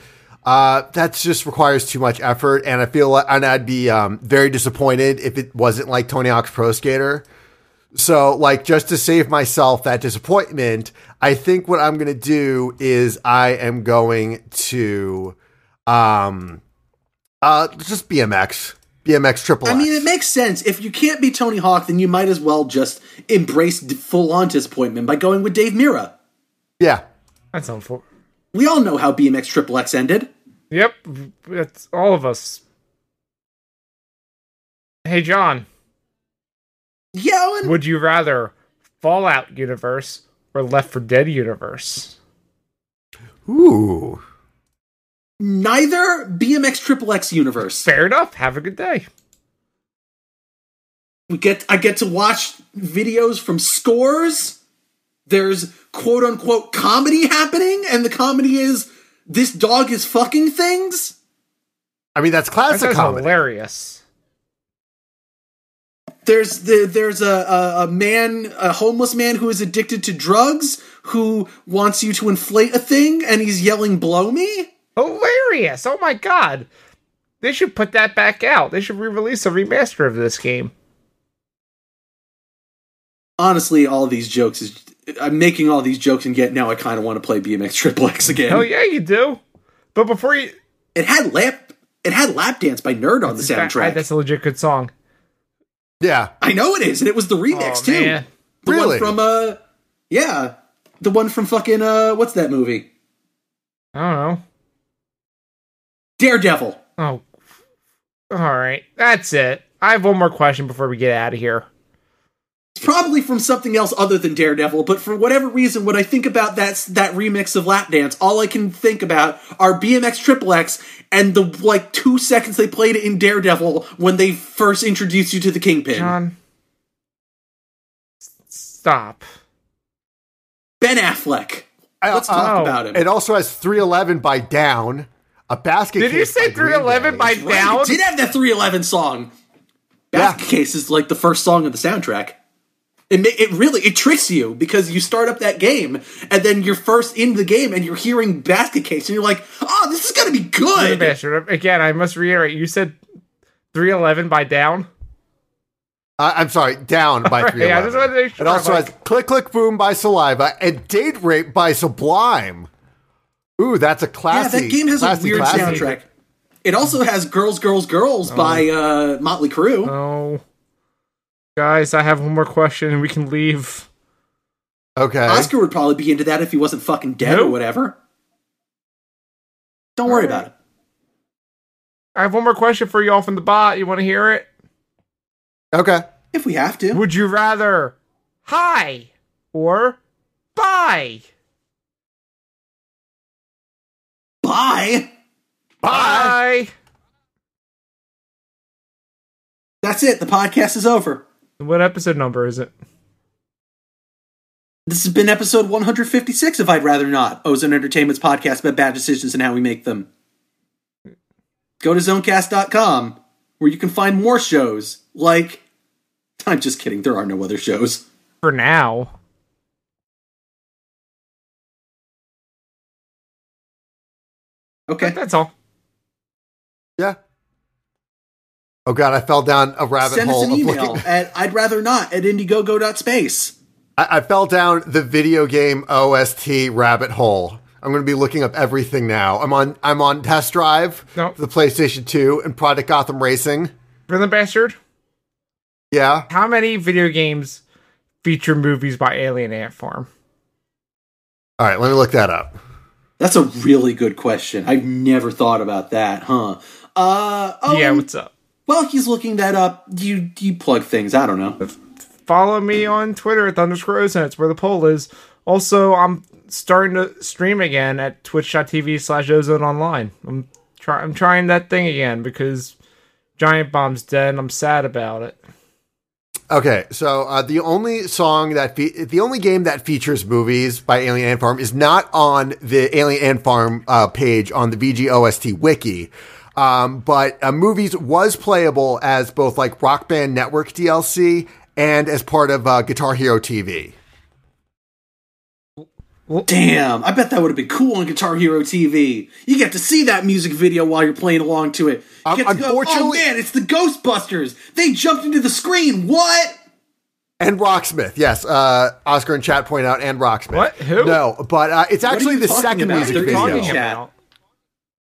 Speaker 3: Uh, that just requires too much effort, and I feel like, and I'd be um, very disappointed if it wasn't like Tony Hawk's Pro Skater. So, like, just to save myself that disappointment, I think what I'm gonna do is I am going to, um, uh, just BMX, BMX triple.
Speaker 1: I mean,
Speaker 3: X.
Speaker 1: it makes sense. If you can't be Tony Hawk, then you might as well just embrace full on disappointment by going with Dave Mira.
Speaker 3: yeah,
Speaker 2: That's unfortunate.
Speaker 1: We all know how BMX Triple X ended.
Speaker 2: Yep, that's all of us. Hey, John,
Speaker 1: Yeah, Owen?
Speaker 2: would you rather Fallout universe or Left for Dead universe?
Speaker 3: Ooh.
Speaker 1: neither BMX Triple X universe.
Speaker 2: Fair enough. Have a good day.
Speaker 1: we get I get to watch videos from scores. There's quote unquote comedy happening, and the comedy is this dog is fucking things.
Speaker 3: I mean, that's
Speaker 2: That
Speaker 3: classic
Speaker 2: sounds
Speaker 3: comedy.
Speaker 2: hilarious.
Speaker 1: There's the, there's a, a a man a homeless man who is addicted to drugs who wants you to inflate a thing, and he's yelling "blow me."
Speaker 2: Hilarious! Oh my god. They should put that back out. They should re-release a remaster of this game.
Speaker 1: Honestly, all these jokes is I'm making all these jokes, and yet now I kind of want to play BMX Triple X again.
Speaker 2: Hell yeah, you do. But before you,
Speaker 1: It had lap. It had lap dance by Nerd on the
Speaker 2: I-
Speaker 1: soundtrack.
Speaker 2: that's a legit good song.
Speaker 3: Yeah.
Speaker 1: I know it is, and it was the remix
Speaker 6: Aw,
Speaker 1: too.
Speaker 6: man.
Speaker 1: The
Speaker 3: Really?
Speaker 1: one from uh, yeah, the one from fucking uh, what's that movie?
Speaker 2: I don't know.
Speaker 1: Daredevil.
Speaker 2: Oh, all right. That's it. I have one more question before we get out of here.
Speaker 1: It's probably from something else other than Daredevil, but for whatever reason, when I think about that that remix of Lap Dance, all I can think about are BMX Triple X and the like two seconds they played in Daredevil when they first introduced you to the Kingpin.
Speaker 2: John, s- stop.
Speaker 1: Ben Affleck. Let's talk
Speaker 2: oh,
Speaker 1: about him.
Speaker 3: uh, It also has 311 by Down, a basket.
Speaker 2: Did you
Speaker 3: case
Speaker 2: say
Speaker 3: by Green
Speaker 2: 311
Speaker 3: Day.
Speaker 2: by
Speaker 1: Right,
Speaker 2: down?
Speaker 1: it did have that 311 song.
Speaker 3: Yeah.
Speaker 1: Basket Case is like the first song of the soundtrack. It ma- it really it tricks you because you start up that game and then you're first in the game and you're hearing Basket Case and you're like, oh, this is gonna be
Speaker 2: Wait a
Speaker 1: good.
Speaker 2: minute, Jordan. Again, I must reiterate. You said 311 by down.
Speaker 3: Uh, I'm sorry, Down by
Speaker 2: Right,
Speaker 3: 311.
Speaker 2: yeah, I just wanted to make sure,
Speaker 3: It also
Speaker 2: like-
Speaker 3: has Click Click Boom by Saliva and Date Rape by Sublime. Ooh, that's a
Speaker 1: Yeah,
Speaker 3: classy.
Speaker 1: that game has a
Speaker 3: classy,
Speaker 1: weird
Speaker 3: classy.
Speaker 1: soundtrack. It also has Girls, Girls,
Speaker 2: Oh.
Speaker 1: Girls by uh, Motley Crue.
Speaker 2: No, guys, I have one more question, and we can leave.
Speaker 3: Okay.
Speaker 1: Oscar would probably be into that if he wasn't fucking dead or
Speaker 2: Nope.
Speaker 1: whatever. Don't worry about it.
Speaker 2: I have one more question for you all from the bot. You want to hear it?
Speaker 3: Okay.
Speaker 1: If we have to.
Speaker 2: Would you rather hi or bye?
Speaker 1: Bye.
Speaker 2: Bye.
Speaker 1: That's it. The podcast is over.
Speaker 2: What episode number is it?
Speaker 1: This has been episode 156 of I'd Rather Not, Ozone Entertainment's podcast about bad decisions and how we make them. Go to zonecast.com where you can find more shows like. I'm just kidding, there are no other shows.
Speaker 2: For now.
Speaker 1: Okay.
Speaker 2: That's all.
Speaker 3: Yeah. Oh god, I fell down a rabbit
Speaker 1: Send
Speaker 3: hole.
Speaker 1: us an
Speaker 3: of
Speaker 1: email
Speaker 3: looking-
Speaker 1: at I'd rather not at indiegogo.space.
Speaker 3: I, I fell down the video game OST rabbit hole. I'm going to be looking up everything now. I'm on. I'm on test drive.
Speaker 2: No.
Speaker 3: for The PlayStation 2 and Project Gotham Racing.
Speaker 2: Villain Bastard,
Speaker 3: Yeah.
Speaker 2: how many video games feature movies by Alien Ant Farm?
Speaker 3: All right. Let me look that up.
Speaker 1: That's a really good question. I've never thought about that, huh? Uh, oh,
Speaker 2: yeah,
Speaker 1: and
Speaker 2: what's up?
Speaker 1: while he's looking that up, you, you plug things. I don't know.
Speaker 2: Follow me on Twitter at underscore Ozen. It's where the poll is. Also, I'm starting to stream again at twitch.tv slash ozone online. I'm, try- I'm trying that thing again because Giant Bomb's dead and I'm sad about it.
Speaker 3: Okay, so uh, the only song that fe- the only game that features movies by Alien Ant Farm is not on the Alien Ant Farm uh, page on the VGOST wiki, um, but uh, movies was playable as both like Rock Band Network DLC and as part of uh, Guitar Hero TV.
Speaker 1: Damn, I bet that would have been cool on Guitar Hero TV. You get to see that music video while you're playing along to it. You
Speaker 3: Um,
Speaker 1: get to go, oh
Speaker 3: unfortunately-
Speaker 1: man, it's the Ghostbusters. They jumped into the screen. What?
Speaker 3: And Rocksmith, yes. Uh, Oscar and chat point out and Rocksmith.
Speaker 2: What? Who?
Speaker 3: No, but uh, it's actually
Speaker 1: you
Speaker 3: the
Speaker 1: talking
Speaker 3: second
Speaker 1: about?
Speaker 3: music
Speaker 1: They're
Speaker 3: video.
Speaker 1: talking about-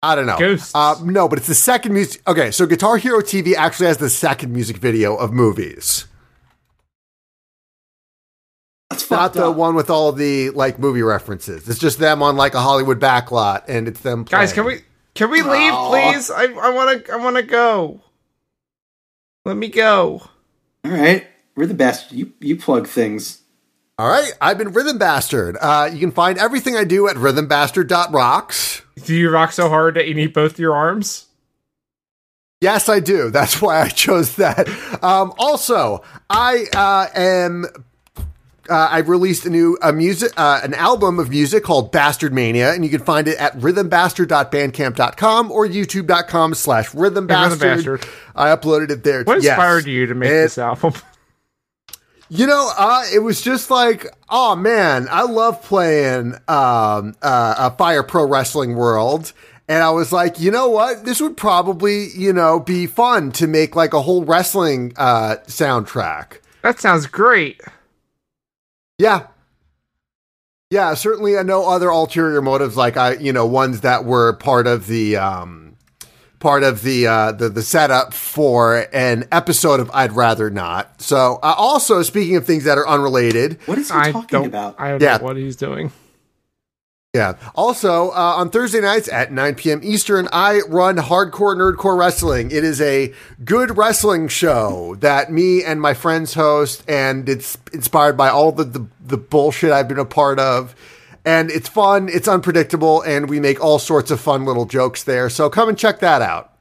Speaker 3: I don't know.
Speaker 2: Ghosts.
Speaker 3: Uh, no, but it's the second music. Okay, so Guitar Hero TV actually has the second music video of movies,
Speaker 1: That's
Speaker 3: not
Speaker 1: fucked
Speaker 3: the
Speaker 1: up.
Speaker 3: one with all the like movie references. It's just them on like a Hollywood backlot, and it's them. Playing.
Speaker 2: Guys, can we can we leave,
Speaker 1: Aw.
Speaker 2: please? I I want to I want to go. Let me go.
Speaker 1: All right, we're the best. You you plug things.
Speaker 3: All right, I've been Rhythm Bastard. Uh, you can find everything I do at rhythmbastard.rocks.
Speaker 2: Do you rock so hard that you need both your arms?
Speaker 3: Yes, I do. That's why I chose that. Um, also, I uh, am. Uh, I released a new a music uh, an album of music called Bastard Mania, and you can find it at rhythmbastard.bandcamp.com or youtube.com slash rhythmbastard.
Speaker 2: Bastard.
Speaker 3: I uploaded it there.
Speaker 2: What
Speaker 3: yes.
Speaker 2: inspired you to make
Speaker 3: It-
Speaker 2: this album?
Speaker 3: you know, uh, it was just like, oh man, I love playing um, uh, a Fire Pro Wrestling World. And I was like, you know what? This would probably, you know, be fun to make like a whole wrestling uh, soundtrack.
Speaker 2: That sounds great.
Speaker 3: Yeah. Yeah, certainly. I know other ulterior motives, like I, you know, ones that were part of the um, part of the, uh, the the setup for an episode of I'd rather not. So, uh, also speaking of things that are unrelated,
Speaker 1: What is he
Speaker 2: I
Speaker 1: talking
Speaker 2: don't.
Speaker 1: about?
Speaker 2: I don't
Speaker 3: Yeah.
Speaker 2: know what he's doing.
Speaker 3: Yeah. Also, uh, on Thursday nights at 9 p.m. Eastern, I run Hardcore Nerdcore Wrestling. It is a good wrestling show that me and my friends host, and it's inspired by all the, the, the bullshit I've been a part of. And it's fun, it's unpredictable, and we make all sorts of fun little jokes there. So come and check that out.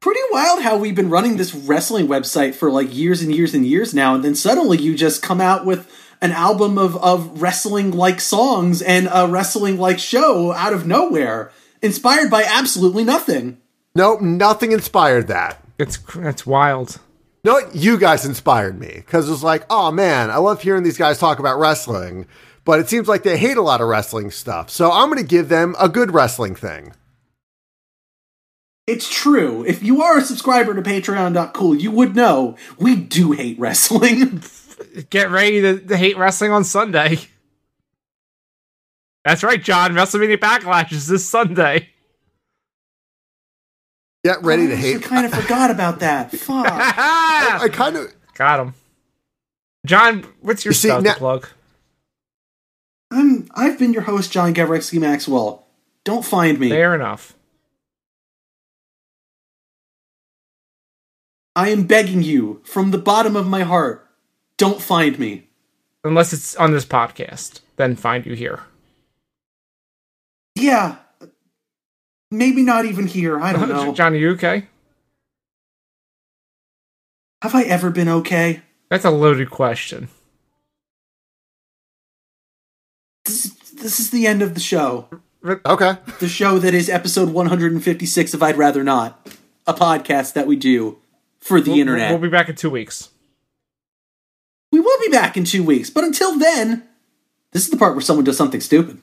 Speaker 1: Pretty wild how we've been running this wrestling website for like years and years and years now, and then suddenly you just come out with an album of, of wrestling like songs and a wrestling like show out of nowhere, inspired by absolutely nothing.
Speaker 3: Nope, nothing inspired that.
Speaker 2: It's that's wild.
Speaker 3: No, you guys inspired me because it was like, oh man, I love hearing these guys talk about wrestling, but it seems like they hate a lot of wrestling stuff. So I'm going to give them a good wrestling thing.
Speaker 1: It's true. If you are a subscriber to patreon.cool, you would know we do hate wrestling.
Speaker 2: Get ready to, to hate wrestling on Sunday. That's right, John. WrestleMania Backlash is this Sunday.
Speaker 3: Get ready
Speaker 1: I
Speaker 3: to
Speaker 1: actually
Speaker 3: hate.
Speaker 1: kind of forgot about that. Fuck.
Speaker 2: Ah!
Speaker 3: I kind of
Speaker 2: Got him. John, what's your
Speaker 3: You see,
Speaker 2: stuff
Speaker 3: now-
Speaker 2: to plug?
Speaker 1: I'm, I've been your host, John Gavrexky Maxwell. Don't find me.
Speaker 2: Fair enough.
Speaker 1: I am begging you from the bottom of my heart. Don't find me.
Speaker 2: Unless it's on this podcast, then find you here.
Speaker 1: Yeah. Maybe not even here. I don't know.
Speaker 2: John, are you okay?
Speaker 1: Have I ever been okay?
Speaker 2: That's a loaded question.
Speaker 1: This, this is the end of the show.
Speaker 3: okay.
Speaker 1: The show that is episode 156 of I'd Rather Not, a podcast that we do for the
Speaker 2: We'll-
Speaker 1: internet.
Speaker 2: We'll be back in two weeks.
Speaker 1: We will be back in two weeks, but until then, this is the part where someone does something stupid.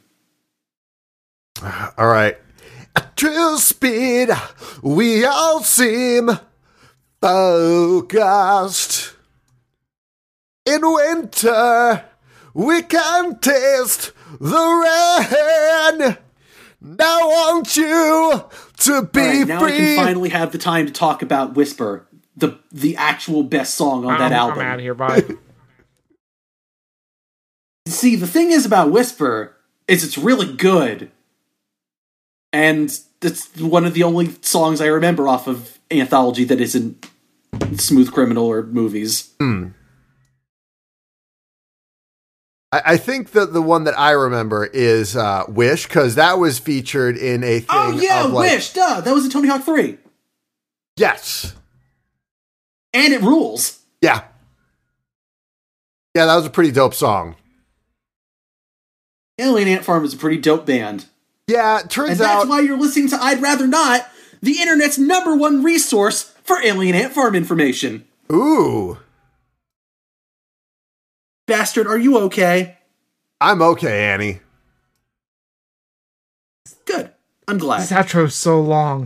Speaker 3: All right. At true speed, we all seem focused. In winter, we can taste the rain. Now, want you to be
Speaker 1: All right, now we
Speaker 3: free?
Speaker 1: can finally have the time to talk about Whisper, the the actual best song on that
Speaker 2: I'm,
Speaker 1: album.
Speaker 2: I'm out of here. Bye.
Speaker 1: See, the thing is about Whisper is it's really good, and it's one of the only songs I remember off of Anthology that isn't Smooth Criminal or movies.
Speaker 3: I, I think that the one that I remember is uh, "Wish" because that was featured in a thing.
Speaker 1: Oh yeah,
Speaker 3: of, like-
Speaker 1: Wish, duh, that was a Tony Hawk Three,
Speaker 3: Yes.
Speaker 1: and it rules.
Speaker 3: Yeah. Yeah, that was a pretty dope song.
Speaker 1: Alien Ant Farm is a pretty dope band.
Speaker 3: Yeah, it turns
Speaker 1: And that's
Speaker 3: out
Speaker 1: why you're listening to I'd Rather Not, the internet's number one resource for alien ant farm information.
Speaker 3: Ooh.
Speaker 1: Bastard, are you okay?
Speaker 3: I'm okay, Annie.
Speaker 1: Good. I'm
Speaker 2: this
Speaker 1: glad.
Speaker 2: outro's so long.